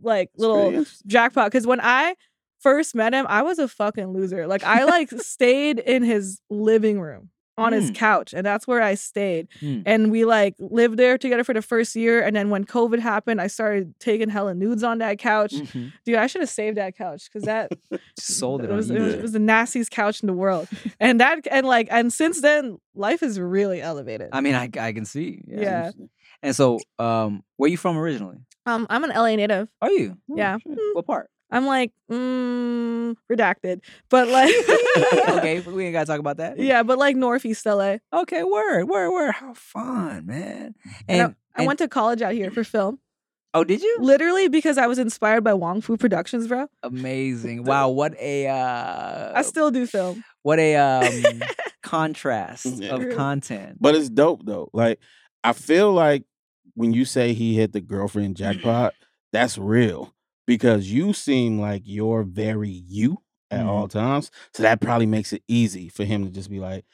[SPEAKER 2] like
[SPEAKER 5] It's
[SPEAKER 2] little
[SPEAKER 5] pretty interesting.
[SPEAKER 2] jackpot. Because when I first met him, I was a fucking loser. Like I like stayed in his living room on his
[SPEAKER 1] Mm.
[SPEAKER 2] couch, and that's where I stayed.
[SPEAKER 1] Mm.
[SPEAKER 2] And we like lived there together for the first year, and then when COVID happened, I started taking hella nudes on that couch.
[SPEAKER 1] Mhm.
[SPEAKER 2] Dude, I should have saved that couch because that
[SPEAKER 1] Just sold it,
[SPEAKER 2] it was,
[SPEAKER 1] on
[SPEAKER 2] it, was,
[SPEAKER 1] eBay.
[SPEAKER 2] it was the nastiest couch in the world. and that and like and since then, life is really elevated.
[SPEAKER 1] I mean, I, I can see. Yeah.
[SPEAKER 2] Yeah.
[SPEAKER 1] And so, um, where you from originally?
[SPEAKER 2] Um, I'm an LA native.
[SPEAKER 1] Are you?
[SPEAKER 2] Yeah. Mm.
[SPEAKER 1] What part?
[SPEAKER 2] I'm like, mm, redacted. But like
[SPEAKER 1] okay, we ain't gotta talk about that.
[SPEAKER 2] Yeah, but like northeast LA.
[SPEAKER 1] Okay, word, word, word. How fun, man.
[SPEAKER 2] And
[SPEAKER 1] And,
[SPEAKER 2] I- I went to college out here for film.
[SPEAKER 1] Oh, did you?
[SPEAKER 2] Literally because I was inspired by Wong Fu Productions, bro.
[SPEAKER 1] Amazing. Wow, what a
[SPEAKER 2] I
[SPEAKER 5] Oh.
[SPEAKER 1] uh
[SPEAKER 2] still do film.
[SPEAKER 1] what a um contrast
[SPEAKER 5] Yeah.
[SPEAKER 1] of content.
[SPEAKER 5] But it's dope though. Like I feel like when you say he hit the girlfriend jackpot, that's real because you seem like you're very you at
[SPEAKER 1] Mhm.
[SPEAKER 5] all
[SPEAKER 2] Mm-hmm.
[SPEAKER 5] times. So that probably makes it easy for him to just be like,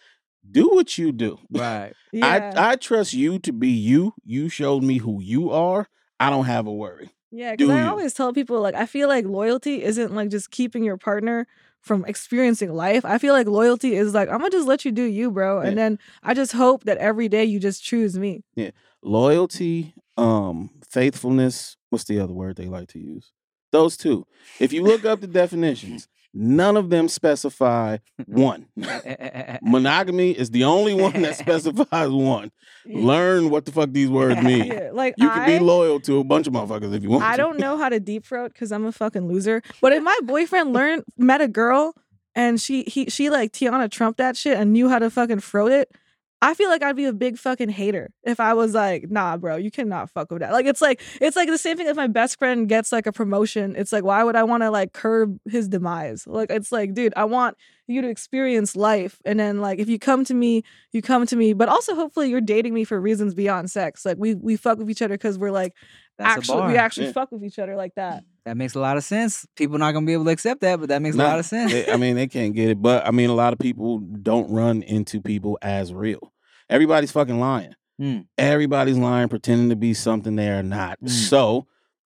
[SPEAKER 5] "Do what you do.
[SPEAKER 1] right.
[SPEAKER 2] Yeah.
[SPEAKER 5] I I trust you to be you. You showed me who you are. I don't have a worry."
[SPEAKER 2] yeah, because
[SPEAKER 5] do
[SPEAKER 2] I
[SPEAKER 5] you?
[SPEAKER 2] always tell people like I feel like loyalty isn't like just keeping your partner from experiencing life. I feel like loyalty is like I'm gonna just let you do you, bro. And
[SPEAKER 5] Yeah.
[SPEAKER 2] then I just hope that every day you just choose me.
[SPEAKER 5] Loyalty, um, faithfulness. What's the other word they like to use? Those two. If you look up the definitions, none of them specify one.
[SPEAKER 1] Eh,
[SPEAKER 5] Monogamy is the only one that specifies one. Learn what the fuck these words mean.
[SPEAKER 2] Yeah, like
[SPEAKER 5] You can
[SPEAKER 2] I,
[SPEAKER 5] be loyal to a bunch of motherfuckers if you want.
[SPEAKER 2] I
[SPEAKER 5] to.
[SPEAKER 2] don't know how to deep throat because I'm a fucking loser. But if my boyfriend learned met a girl and she he she like Tiana Trump that shit and knew how to fucking throat it, I feel like I'd be a big fucking hater if I was like, nah, bro, you cannot fuck with that. Like it's like it's like the same thing if my best friend gets like a promotion. It's like why would I want to like curb his demise? Like it's like, dude, I want you to experience life and then like if you come to me you come to me but also hopefully you're dating me for reasons beyond sex like we we fuck with each other because we're like
[SPEAKER 1] That's a
[SPEAKER 2] actually
[SPEAKER 1] bar.
[SPEAKER 2] we actually
[SPEAKER 5] Yeah.
[SPEAKER 2] fuck with each other like that.
[SPEAKER 1] that makes a lot of sense. People not gonna be able to accept that, but that makes a
[SPEAKER 5] Nah,
[SPEAKER 1] lot of sense.
[SPEAKER 5] they- I mean, they can't get it, but I mean, a lot of people don't run into people as real. Everybody's fucking lying.
[SPEAKER 1] Mm.
[SPEAKER 5] Everybody's lying, pretending to be something they are not.
[SPEAKER 1] Mm.
[SPEAKER 5] So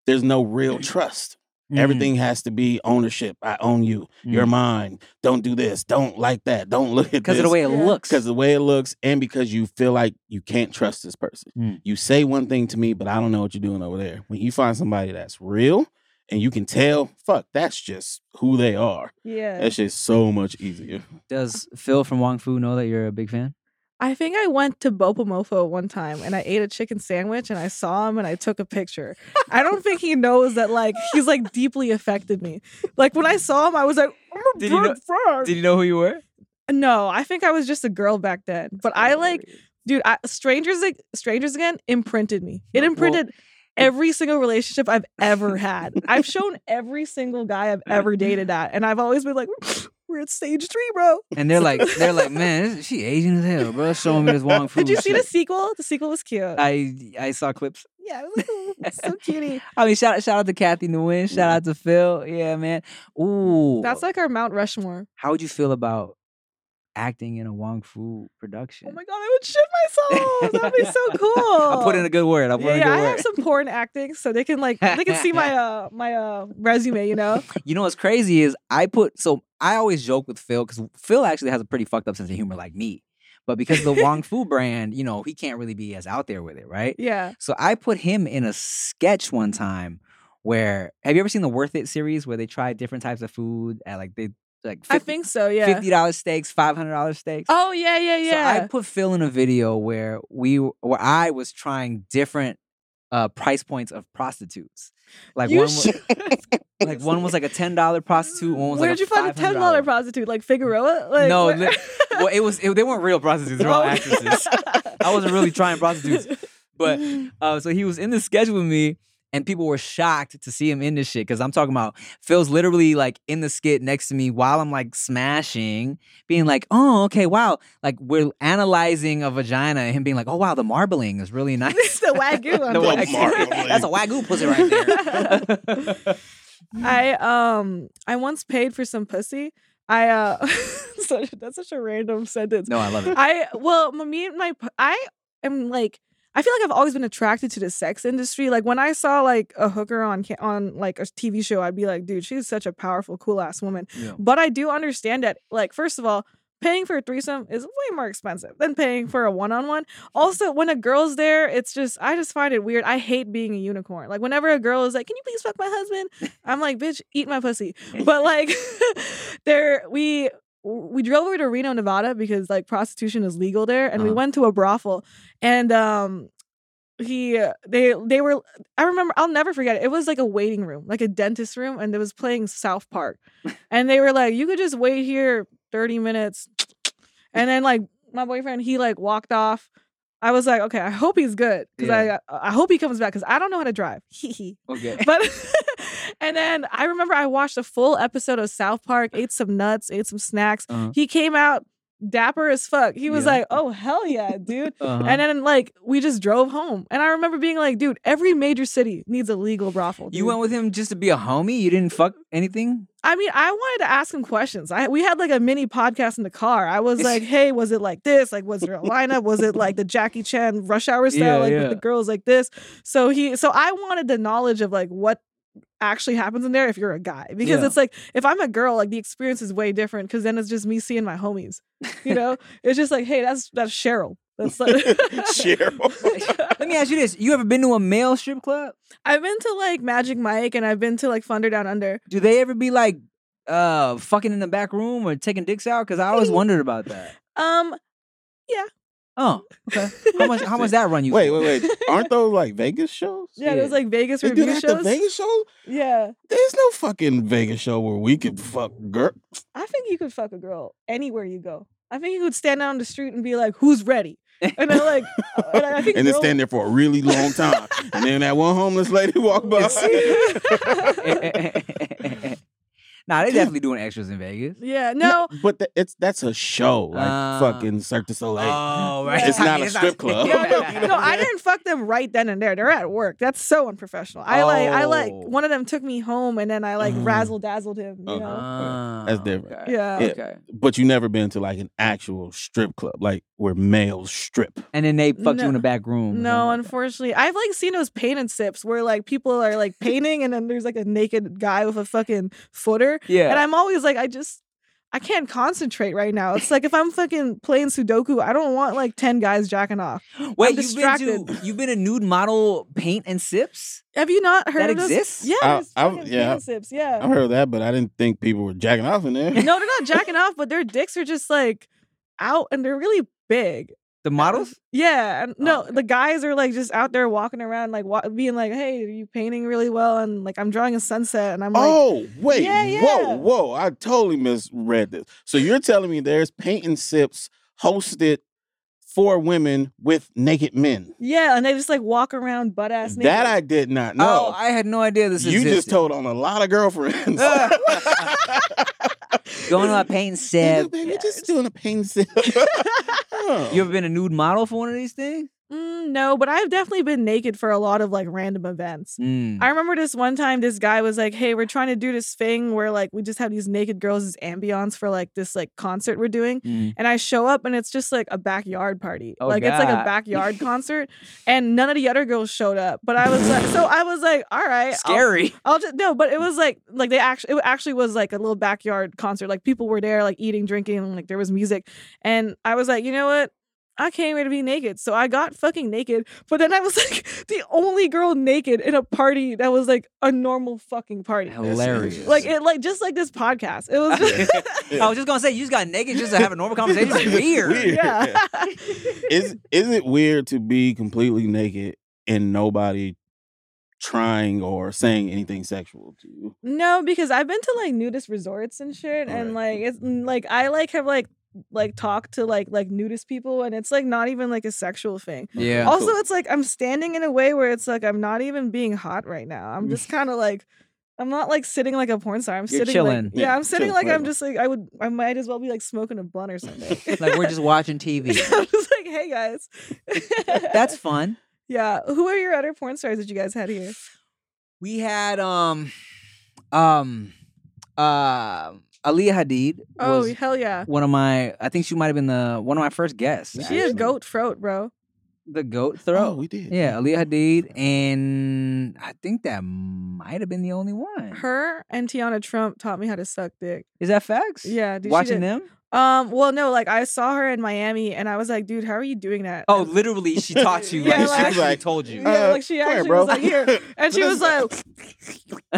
[SPEAKER 5] there's no real trust.
[SPEAKER 1] Hmm.
[SPEAKER 5] Everything has to be ownership. I own you. You're mine. Don't do this. Don't like that. Don't look at
[SPEAKER 1] because
[SPEAKER 5] this.
[SPEAKER 1] Mm, of the way it
[SPEAKER 2] Yeah.
[SPEAKER 1] looks.
[SPEAKER 5] because of the way it looks and because you feel like you can't trust this person.
[SPEAKER 1] Mm.
[SPEAKER 5] You say one thing to me, but I don't know what you're doing over there. When you find somebody that's real and you can tell, fuck, that's just who they are.
[SPEAKER 2] Yeah.
[SPEAKER 5] That shit's so much easier.
[SPEAKER 1] Does Phil from Wong Fu know that you're a big fan?
[SPEAKER 2] I think I went to Bopomofo one time and I ate a chicken sandwich and I saw him and I took a picture. I don't think he knows that like he's like deeply affected me. Like when I saw him, I was like, I'm a
[SPEAKER 1] Did
[SPEAKER 2] big
[SPEAKER 1] you know-
[SPEAKER 2] frog.
[SPEAKER 1] you know who you were?
[SPEAKER 2] no, I think I was just a girl back then. But I like dude, I, strangers Ag- strangers again imprinted me. It
[SPEAKER 1] Well-
[SPEAKER 2] imprinted every single relationship I've ever had. I've shown every single guy I've ever dated at, and I've always been like, we're at stage three, bro.
[SPEAKER 1] And they're like, they're like, man, this, she Asian as hell, bro. Showing me this Wong Fu.
[SPEAKER 2] Did you see the
[SPEAKER 1] shit."
[SPEAKER 2] sequel? The sequel was cute.
[SPEAKER 1] I I saw clips.
[SPEAKER 2] yeah, it was like, "Ooh, it's so cutie.
[SPEAKER 1] I mean, shout out shout out to Kathy Nguyen. Shout out to Phil. Yeah, man. Ooh,
[SPEAKER 2] Mm-hmm. That's like our Mount Rushmore.
[SPEAKER 1] how would you feel about acting in a Wong Fu production?
[SPEAKER 2] Oh my god, I would shit myself. That would be so cool.
[SPEAKER 1] I put in a good word. I put in a
[SPEAKER 2] yeah,
[SPEAKER 1] good
[SPEAKER 2] I
[SPEAKER 1] word.
[SPEAKER 2] have some porn acting, so they can like they can see my uh my uh resume, you know.
[SPEAKER 1] You know what's crazy is I put so I always joke with Phil because Phil actually has a pretty fucked up sense of humor like me, but because of the Wong Fu brand, you know, he can't really be as out there with it, right?
[SPEAKER 2] Yeah,
[SPEAKER 1] So I put him in a sketch one time where have you ever seen the Worth It series where they try different types of food at like they like 50,
[SPEAKER 2] I think so. Yeah.
[SPEAKER 1] fifty dollars steaks, five hundred dollars steaks.
[SPEAKER 2] oh yeah, yeah, yeah.
[SPEAKER 1] So I put Phil in a video where we were- where I was trying different uh, price points of prostitutes. Like
[SPEAKER 2] You
[SPEAKER 1] one, was,
[SPEAKER 2] should-
[SPEAKER 1] like one was like a ten dollar prostitute. One was
[SPEAKER 2] Where'd
[SPEAKER 1] like a
[SPEAKER 2] you find a ten dollar
[SPEAKER 1] $500
[SPEAKER 2] prostitute? Like Figueroa? Like,
[SPEAKER 1] no,
[SPEAKER 2] where-
[SPEAKER 1] li- well, it was it, they weren't real prostitutes; they were all
[SPEAKER 2] Oh.
[SPEAKER 1] actresses. I wasn't really trying prostitutes, but uh, so he was in the sketch with me, and people were shocked to see him in this shit because I'm talking about Phil's literally like in the skit next to me while I'm like smashing, being like, "Oh, okay, wow," like we're analyzing a vagina, and him being like, "Oh, wow, the marbling is really nice."
[SPEAKER 2] It's the wagyu. on
[SPEAKER 1] The
[SPEAKER 2] top.
[SPEAKER 1] wagyu. That's a wagyu pussy right there.
[SPEAKER 2] I um I once paid for some pussy. I uh such, that's such a random sentence.
[SPEAKER 1] no, I love it.
[SPEAKER 2] I well, m- me and my p- I am like I feel like I've always been attracted to the sex industry. Like when I saw like a hooker on ca- on like a TV show, I'd be like, dude, she's such a powerful, cool ass woman.
[SPEAKER 1] Yeah.
[SPEAKER 2] But I do understand that, like, first of all, paying for a threesome is way more expensive than paying for a one on one. Also, when a girl's there, it's just I just find it weird. I hate being a unicorn. Like whenever a girl is like, "Can you please fuck my husband?" I'm like, "Bitch, eat my pussy." But like, there we we drove over to Reno, Nevada because like prostitution is legal there, and we
[SPEAKER 1] Uh-huh.
[SPEAKER 2] went to a brothel, and um. He, uh, they, they were. I remember. I'll never forget it. It was like a waiting room, like a dentist room, and it was playing South Park, and they were like, "You could just wait here thirty minutes," and then like my boyfriend, he like walked off. I was like, "Okay, I hope he's good because
[SPEAKER 1] Yeah.
[SPEAKER 2] I, I hope he comes back because I don't know how to drive." Hee hee
[SPEAKER 1] Okay.
[SPEAKER 2] but and then I remember I watched a full episode of South Park, ate some nuts, ate some snacks.
[SPEAKER 1] Uh-huh.
[SPEAKER 2] He came out dapper as fuck. He was
[SPEAKER 1] Yeah.
[SPEAKER 2] like, "Oh hell yeah, dude."
[SPEAKER 1] Uh-huh.
[SPEAKER 2] And then like we just drove home. And I remember being like, "Dude, every major city needs a legal brothel."
[SPEAKER 1] you
[SPEAKER 2] dude."
[SPEAKER 1] went with him just to be a homie. You didn't fuck anything.
[SPEAKER 2] I mean, I wanted to ask him questions. I we had like a mini podcast in the car. I was like, "Hey, was it like this? Like, was there a lineup? Was it like the Jackie Chan Rush Hour style?
[SPEAKER 1] Yeah,
[SPEAKER 2] like
[SPEAKER 1] yeah.
[SPEAKER 2] with the girls like this?" So he, so I wanted the knowledge of like what actually happens in there if you're a guy, because
[SPEAKER 1] Yeah.
[SPEAKER 2] it's like if I'm a girl, like the experience is way different. Because then it's just me seeing my homies. You know, it's just like, hey, that's that's Cheryl. That's like
[SPEAKER 1] Let me ask you this: You ever been to a male strip club?
[SPEAKER 2] I've been to like Magic Mike and I've been to like Thunder Down Under.
[SPEAKER 1] Do they ever be like uh fucking in the back room or taking dicks out? Because I always wondered about that.
[SPEAKER 2] Um,
[SPEAKER 1] Oh, okay. How much? How much that run you?
[SPEAKER 5] Wait,
[SPEAKER 1] for?
[SPEAKER 5] wait, wait. Aren't those like Vegas shows?
[SPEAKER 2] yeah, there's
[SPEAKER 1] Yeah.
[SPEAKER 2] like Vegas
[SPEAKER 5] They do
[SPEAKER 2] review
[SPEAKER 5] that at the
[SPEAKER 2] shows.
[SPEAKER 5] Vegas show?
[SPEAKER 2] Yeah.
[SPEAKER 5] There's no fucking Vegas show where we could fuck girl.
[SPEAKER 2] I think you could fuck a girl anywhere you go. I think you could stand out on the street and be like, "Who's ready?" And then like, uh, and I I think
[SPEAKER 5] and then
[SPEAKER 2] girls-
[SPEAKER 5] stand there for a really long time. and then that one homeless lady walk by.
[SPEAKER 1] nah, they definitely doing extras in Vegas.
[SPEAKER 2] yeah, no,
[SPEAKER 5] but tha- it's that's a show, like
[SPEAKER 1] Ah.
[SPEAKER 5] fucking Cirque du Soleil.
[SPEAKER 1] Oh,
[SPEAKER 2] right. It's
[SPEAKER 5] not a strip club.
[SPEAKER 2] no, no,
[SPEAKER 5] You know
[SPEAKER 2] no.
[SPEAKER 5] what
[SPEAKER 2] I
[SPEAKER 5] I'm saying?
[SPEAKER 2] didn't fuck them right then and there. They're at work. That's so unprofessional. I like, I like.
[SPEAKER 1] Oh.
[SPEAKER 2] One of them took me home, and then I like
[SPEAKER 5] Mm.
[SPEAKER 2] razzle dazzled him. You
[SPEAKER 5] Uh-huh.
[SPEAKER 2] know?
[SPEAKER 5] That's different.
[SPEAKER 1] Oh, Okay.
[SPEAKER 2] Yeah.
[SPEAKER 5] Yeah.
[SPEAKER 1] Okay.
[SPEAKER 5] But you never been to like an actual strip club, like where males strip.
[SPEAKER 1] And then they fucked
[SPEAKER 2] No.
[SPEAKER 1] you in the back room. or
[SPEAKER 2] No,
[SPEAKER 1] something like
[SPEAKER 2] unfortunately, I've like seen those paint and sips where like people are like painting, and then there's like a naked guy with a fucking footer,
[SPEAKER 1] that. yeah.
[SPEAKER 2] And I'm always like, I just I can't concentrate right now. It's like if I'm fucking playing Sudoku, I don't want like ten guys jacking off.
[SPEAKER 1] Wait,
[SPEAKER 2] I'm
[SPEAKER 1] you've been to
[SPEAKER 2] distracted.
[SPEAKER 1] you've been a nude model paint and sips?
[SPEAKER 2] Have you not heard
[SPEAKER 1] That
[SPEAKER 2] of those?
[SPEAKER 1] exists?
[SPEAKER 2] Yeah,
[SPEAKER 5] I-
[SPEAKER 2] there's
[SPEAKER 5] I-
[SPEAKER 2] fucking
[SPEAKER 5] yeah.
[SPEAKER 2] penis sips, yeah.
[SPEAKER 5] I've heard of that, but I didn't think people were jacking off in there.
[SPEAKER 2] no, they're not jacking off, but their dicks are just like out, and they're really big.
[SPEAKER 1] The models?
[SPEAKER 2] Yeah, and no,
[SPEAKER 1] okay.
[SPEAKER 2] the guys are like just out there walking around, like wa- being like, "Hey, are you painting really well?" And like, I'm drawing a sunset, and I'm like,
[SPEAKER 5] oh wait,
[SPEAKER 2] Yeah, yeah.
[SPEAKER 5] whoa, whoa! I totally misread this. So you're telling me there's paint and sips hosted for women with naked men?
[SPEAKER 2] "Yeah," and they just like walk around butt ass.
[SPEAKER 5] That I did not know.
[SPEAKER 1] Oh, I had no idea this
[SPEAKER 5] you
[SPEAKER 1] existed.
[SPEAKER 5] just told on a lot of girlfriends.
[SPEAKER 2] Uh,
[SPEAKER 1] going to a paint and
[SPEAKER 5] Yeah,
[SPEAKER 1] sip.
[SPEAKER 5] baby, just doing a paint sip.
[SPEAKER 1] You ever been a nude model for one of these things?
[SPEAKER 2] Mm, no, but I've definitely been naked for a lot of like random events.
[SPEAKER 1] Mm.
[SPEAKER 2] I remember this one time this guy was like, "Hey, we're trying to do this thing where like we just have these naked girls as ambiance for like this like concert we're doing."
[SPEAKER 1] Mm.
[SPEAKER 2] And I show up and it's just like a backyard party.
[SPEAKER 1] Oh,
[SPEAKER 2] like it's like
[SPEAKER 1] God.
[SPEAKER 2] a backyard concert and none of the other girls showed up. But I was like so I was like, "All right,
[SPEAKER 1] um,
[SPEAKER 2] I'll-
[SPEAKER 1] Scary.
[SPEAKER 2] I'll just no, but it was like like they actually it actually was like a little backyard concert. Like people were there, like eating, drinking, and, like there was music, and I was like, you know what? I came here to be naked, so I got fucking naked. But then I was like the only girl naked in a party that was like a normal fucking party.
[SPEAKER 1] Hilarious.
[SPEAKER 2] Like it, like just like this podcast. It was just
[SPEAKER 1] I was just gonna say you just got naked just to have a normal conversation. It's weird.
[SPEAKER 5] Weird.
[SPEAKER 2] yeah.
[SPEAKER 5] Is is it weird to be completely naked and nobody trying or saying anything sexual to you.
[SPEAKER 2] No, because I've been to like nudist resorts and shit, and
[SPEAKER 5] Alright.
[SPEAKER 2] like it's like I like have like like talked to like like nudist people, and it's like not even like a sexual thing.
[SPEAKER 1] Yeah.
[SPEAKER 2] also,
[SPEAKER 5] cool.
[SPEAKER 2] it's like I'm standing in a way where it's like I'm not even being hot right now. I'm just kind of like. I'm not like sitting like a porn star. I'm
[SPEAKER 1] You're
[SPEAKER 2] sitting like-
[SPEAKER 1] chilling.
[SPEAKER 2] yeah,
[SPEAKER 5] Yeah,
[SPEAKER 2] I'm sitting
[SPEAKER 5] chill,
[SPEAKER 2] like I'm
[SPEAKER 5] whatever.
[SPEAKER 2] just like I would I might as well be like smoking a blunt or something.
[SPEAKER 1] like we're just watching TV.
[SPEAKER 2] I'm just like, hey guys.
[SPEAKER 1] That's fun.
[SPEAKER 2] yeah. Who are your other porn stars that you guys had here?
[SPEAKER 1] We had um um uh Aliyah Hadid
[SPEAKER 2] Oh
[SPEAKER 1] was
[SPEAKER 2] hell yeah.
[SPEAKER 1] one of my I think she might have been the one of my first guests.
[SPEAKER 2] She
[SPEAKER 1] actually.
[SPEAKER 2] is goat throat, bro.
[SPEAKER 1] the goat
[SPEAKER 5] Oh,
[SPEAKER 1] throw.
[SPEAKER 5] we did.
[SPEAKER 1] Yeah, Aliyah Hadid and I think that might have been the only one.
[SPEAKER 2] Her and Tiana Trump taught me how to suck dick.
[SPEAKER 1] Is that facts?
[SPEAKER 2] Yeah, dude, she
[SPEAKER 1] Watching
[SPEAKER 2] did.
[SPEAKER 1] them?
[SPEAKER 2] Um, well, no, like I saw her in Miami, and I was like, dude, how are you doing that?
[SPEAKER 1] Oh,
[SPEAKER 2] And-
[SPEAKER 1] literally she taught you.
[SPEAKER 2] Yeah,
[SPEAKER 1] like,
[SPEAKER 2] like-
[SPEAKER 1] she actually
[SPEAKER 5] Like-
[SPEAKER 1] told you. Uh,
[SPEAKER 2] Yeah, like, she
[SPEAKER 5] come
[SPEAKER 2] actually was like, here. and she was like,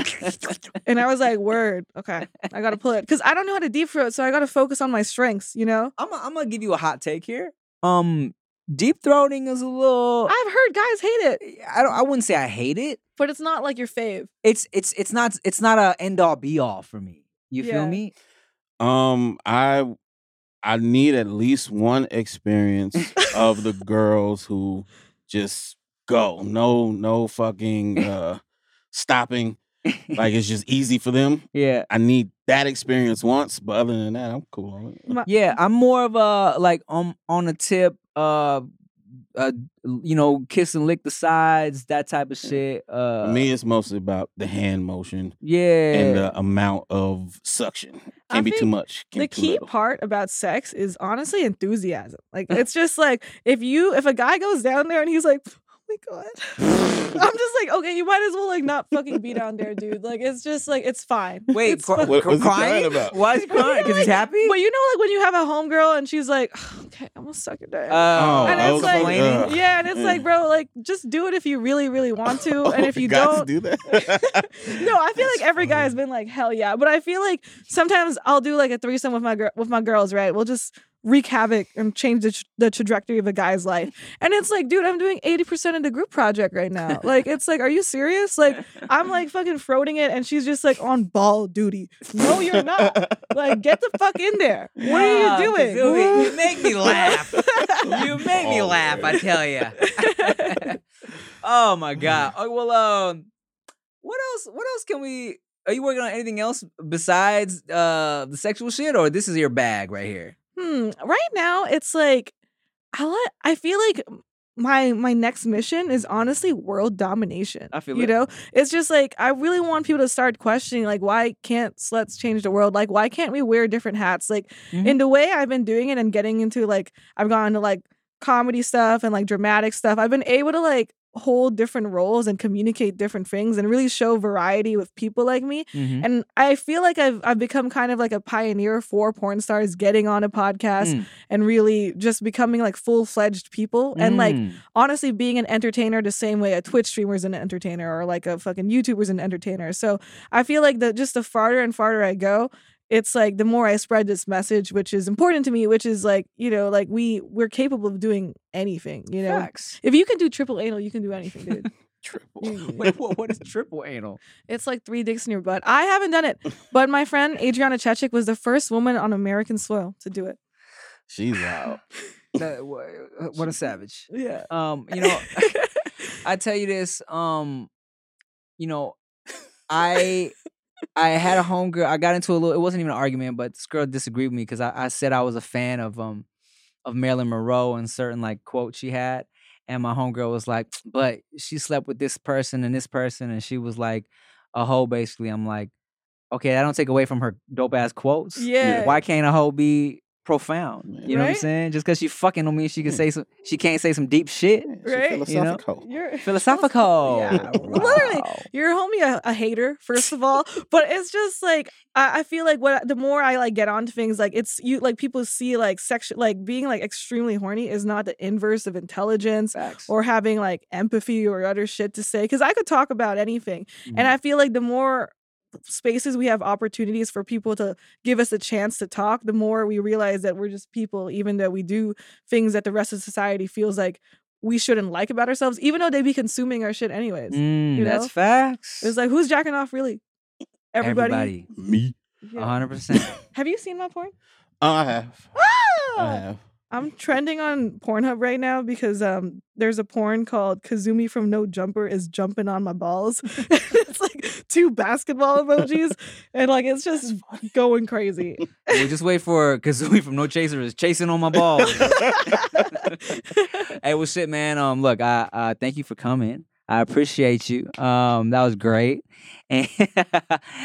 [SPEAKER 2] and I was like, word, okay, I gotta pull it because I don't know how to deep throat, so I gotta focus on my strengths, you know.
[SPEAKER 1] I'm I'm gonna give you a hot take here. Um deep throating is a little
[SPEAKER 2] I've heard guys hate it,
[SPEAKER 1] I don't I wouldn't say I hate it.
[SPEAKER 2] but it's not like your fave.
[SPEAKER 1] it's it's it's not it's not a end all be all for me. You
[SPEAKER 2] Yeah.
[SPEAKER 1] feel me?
[SPEAKER 5] Um, I I need at least one experience of the girls who just go. No, no fucking uh stopping. Like it's just easy for them.
[SPEAKER 1] Yeah.
[SPEAKER 5] I need that experience once, but other than that, I'm cool on it.
[SPEAKER 2] My-
[SPEAKER 1] Uh, Yeah, I'm more of a like on on a tip uh uh you know kiss and lick the sides that type of shit uh
[SPEAKER 5] For Mm. me, it's mostly about the hand motion
[SPEAKER 1] yeah
[SPEAKER 5] and uh, the amount of suction.
[SPEAKER 2] I
[SPEAKER 5] Can't be too
[SPEAKER 2] think
[SPEAKER 5] much. Can't
[SPEAKER 2] the
[SPEAKER 5] be too
[SPEAKER 2] key
[SPEAKER 5] little.
[SPEAKER 2] part about sex is honestly enthusiasm. Like it's just like if you if a guy goes down there and he's like, oh my god, I'm just like, okay, you might as well like not fucking be down there, dude. Like it's just like it's fine.
[SPEAKER 1] wait
[SPEAKER 2] it's
[SPEAKER 1] cr-
[SPEAKER 2] fine.
[SPEAKER 5] fu- What-
[SPEAKER 1] cr-
[SPEAKER 5] what's he crying
[SPEAKER 1] crying
[SPEAKER 5] about?
[SPEAKER 1] why is he crying because he's happy
[SPEAKER 2] But you know, like when you have a homegirl and she's like, okay, I'm gonna suck your dick.
[SPEAKER 1] oh,
[SPEAKER 2] and
[SPEAKER 1] I was
[SPEAKER 2] it's like,
[SPEAKER 1] complaining
[SPEAKER 5] ugh.
[SPEAKER 2] yeah, and it's
[SPEAKER 5] yeah.
[SPEAKER 2] like, bro, like just do it if you really, really want to, and
[SPEAKER 5] Oh,
[SPEAKER 2] if you
[SPEAKER 5] guys
[SPEAKER 2] don't,
[SPEAKER 5] do that.
[SPEAKER 2] no, I feel
[SPEAKER 5] That's
[SPEAKER 2] like every guy
[SPEAKER 5] funny.
[SPEAKER 2] has been like, hell yeah. But I feel like sometimes I'll do like a threesome with my girl with my girls, right? We'll just wreak havoc and change the, tr the trajectory of a guy's life. And it's like, dude, I'm doing 80% of the group project right now. Like, it's like, are you serious? Like, I'm like fucking throating it and she's just like on ball duty. No, you're not. Like, get the fuck in there. What
[SPEAKER 1] Wow,
[SPEAKER 2] are you doing?
[SPEAKER 1] Kazumi, you make me laugh you make me laugh i
[SPEAKER 5] Always.
[SPEAKER 1] tell you oh my god oh, well um what else what else can we are you working on anything else besides uh the sexual shit or this is your bag right here
[SPEAKER 2] hmm, right now it's like I let, I feel like my my next mission is honestly world domination.
[SPEAKER 1] I feel
[SPEAKER 2] you
[SPEAKER 1] it.
[SPEAKER 2] know it's just like I really want people to start questioning like why can't sluts change the world? Like why can't we wear different hats? Like
[SPEAKER 1] Mhm.
[SPEAKER 2] in the way I've been doing it and getting into like I've gone to like comedy stuff and like dramatic stuff. I've been able to like hold different roles and communicate different things and really show variety with people like me
[SPEAKER 1] Mm-hmm.
[SPEAKER 2] and I feel like I've I've become kind of like a pioneer for porn stars getting on a podcast
[SPEAKER 1] Mm.
[SPEAKER 2] and really just becoming like full fledged people and
[SPEAKER 1] Mm.
[SPEAKER 2] like honestly being an entertainer the same way a Twitch streamer is an entertainer or like a fucking YouTuber is an entertainer. So I feel like the just the farther and farther I go, it's like the more I spread this message, which is important to me, which is like you know like we we're capable of doing anything. You know,
[SPEAKER 1] Facts.
[SPEAKER 2] if you can do triple anal, you can do anything, dude.
[SPEAKER 5] Triple.
[SPEAKER 1] Wait, what, what is triple anal?
[SPEAKER 2] It's like three dicks in your butt. I haven't done it, but my friend Adriana Chechik was the first woman on American soil to do it.
[SPEAKER 5] She's out.
[SPEAKER 1] That- wha- uh, what a savage.
[SPEAKER 2] Yeah.
[SPEAKER 1] Um, you know, I tell you this. Um, you know, I I had a homegirl. I got into a little. It wasn't even an argument, but this girl disagreed with me because I, I said I was a fan of um of Marilyn Monroe and certain like quotes she had, and my homegirl was like, "But she slept with this person and this person," and she was like a hoe. Basically, I'm like, okay, I don't take away from her dope ass quotes.
[SPEAKER 2] Yeah.
[SPEAKER 1] Why can't a hoe be profound? You know what I'm
[SPEAKER 2] Right?
[SPEAKER 1] saying? Just because she fucking don't mean she can
[SPEAKER 5] Yeah.
[SPEAKER 1] say some. She can't say some deep shit.
[SPEAKER 5] Yeah, she's
[SPEAKER 2] Right? You know?
[SPEAKER 5] Philosophical.
[SPEAKER 2] You're
[SPEAKER 1] Philosophical.
[SPEAKER 2] Yeah, literally.
[SPEAKER 1] Wow.
[SPEAKER 2] You're homie a, a hater, first of all. but it's just like I, I feel like what the more I like get onto things, like it's you like people see like sexual like being like extremely horny is not the inverse of intelligence
[SPEAKER 1] Facts.
[SPEAKER 2] or having like empathy or other shit to say because i could talk about anything
[SPEAKER 1] Mhm.
[SPEAKER 2] and i feel like the more spaces we have opportunities for people to give us a chance to talk the more we realize that we're just people even though we do things that the rest of society feels like we shouldn't like about ourselves, even though they be consuming our shit anyways.
[SPEAKER 1] Mm,
[SPEAKER 2] you
[SPEAKER 1] that's
[SPEAKER 2] know?
[SPEAKER 1] facts.
[SPEAKER 2] It's like who's jacking off really? Everybody.
[SPEAKER 1] Everybody.
[SPEAKER 5] Me.
[SPEAKER 2] Yeah.
[SPEAKER 1] 100%.
[SPEAKER 2] Have you seen my porn?
[SPEAKER 5] I have. I
[SPEAKER 2] Ah!
[SPEAKER 5] have.
[SPEAKER 2] I'm trending on Pornhub right now because um there's a porn called Kazumi from No Jumper is jumping on my balls. it's like two basketball emojis and like it's just going crazy.
[SPEAKER 1] we'll just wait for Kazooie from No Chaser is chasing on my balls. hey, well, shit, man. Um, look, I uh, thank you for coming. I appreciate you. Um, that was great, and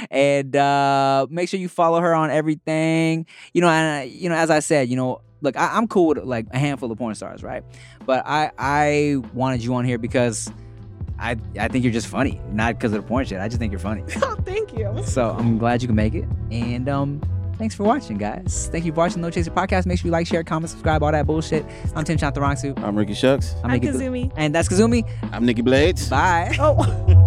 [SPEAKER 1] and uh, make sure you follow her on everything. You know, and uh, you know, as I said, you know, look, I, I'm cool with like a handful of porn stars, right? But I I wanted you on here because I I think you're just funny, not because of the porn shit. I just think you're funny.
[SPEAKER 2] oh, thank you.
[SPEAKER 1] So I'm glad you can make it. And um, thanks for watching, guys. Thank you for watching No Chaser Podcast. Make sure you like, share, comment, subscribe, all that bullshit. I'm Tim Chantarangsu.
[SPEAKER 5] I'm Ricky Shucks.
[SPEAKER 1] I'm
[SPEAKER 2] Hi
[SPEAKER 1] Nikki Bl-
[SPEAKER 2] Kazumi.
[SPEAKER 1] And that's Kazumi.
[SPEAKER 5] I'm Nikki Blades.
[SPEAKER 1] Bye.
[SPEAKER 2] Oh.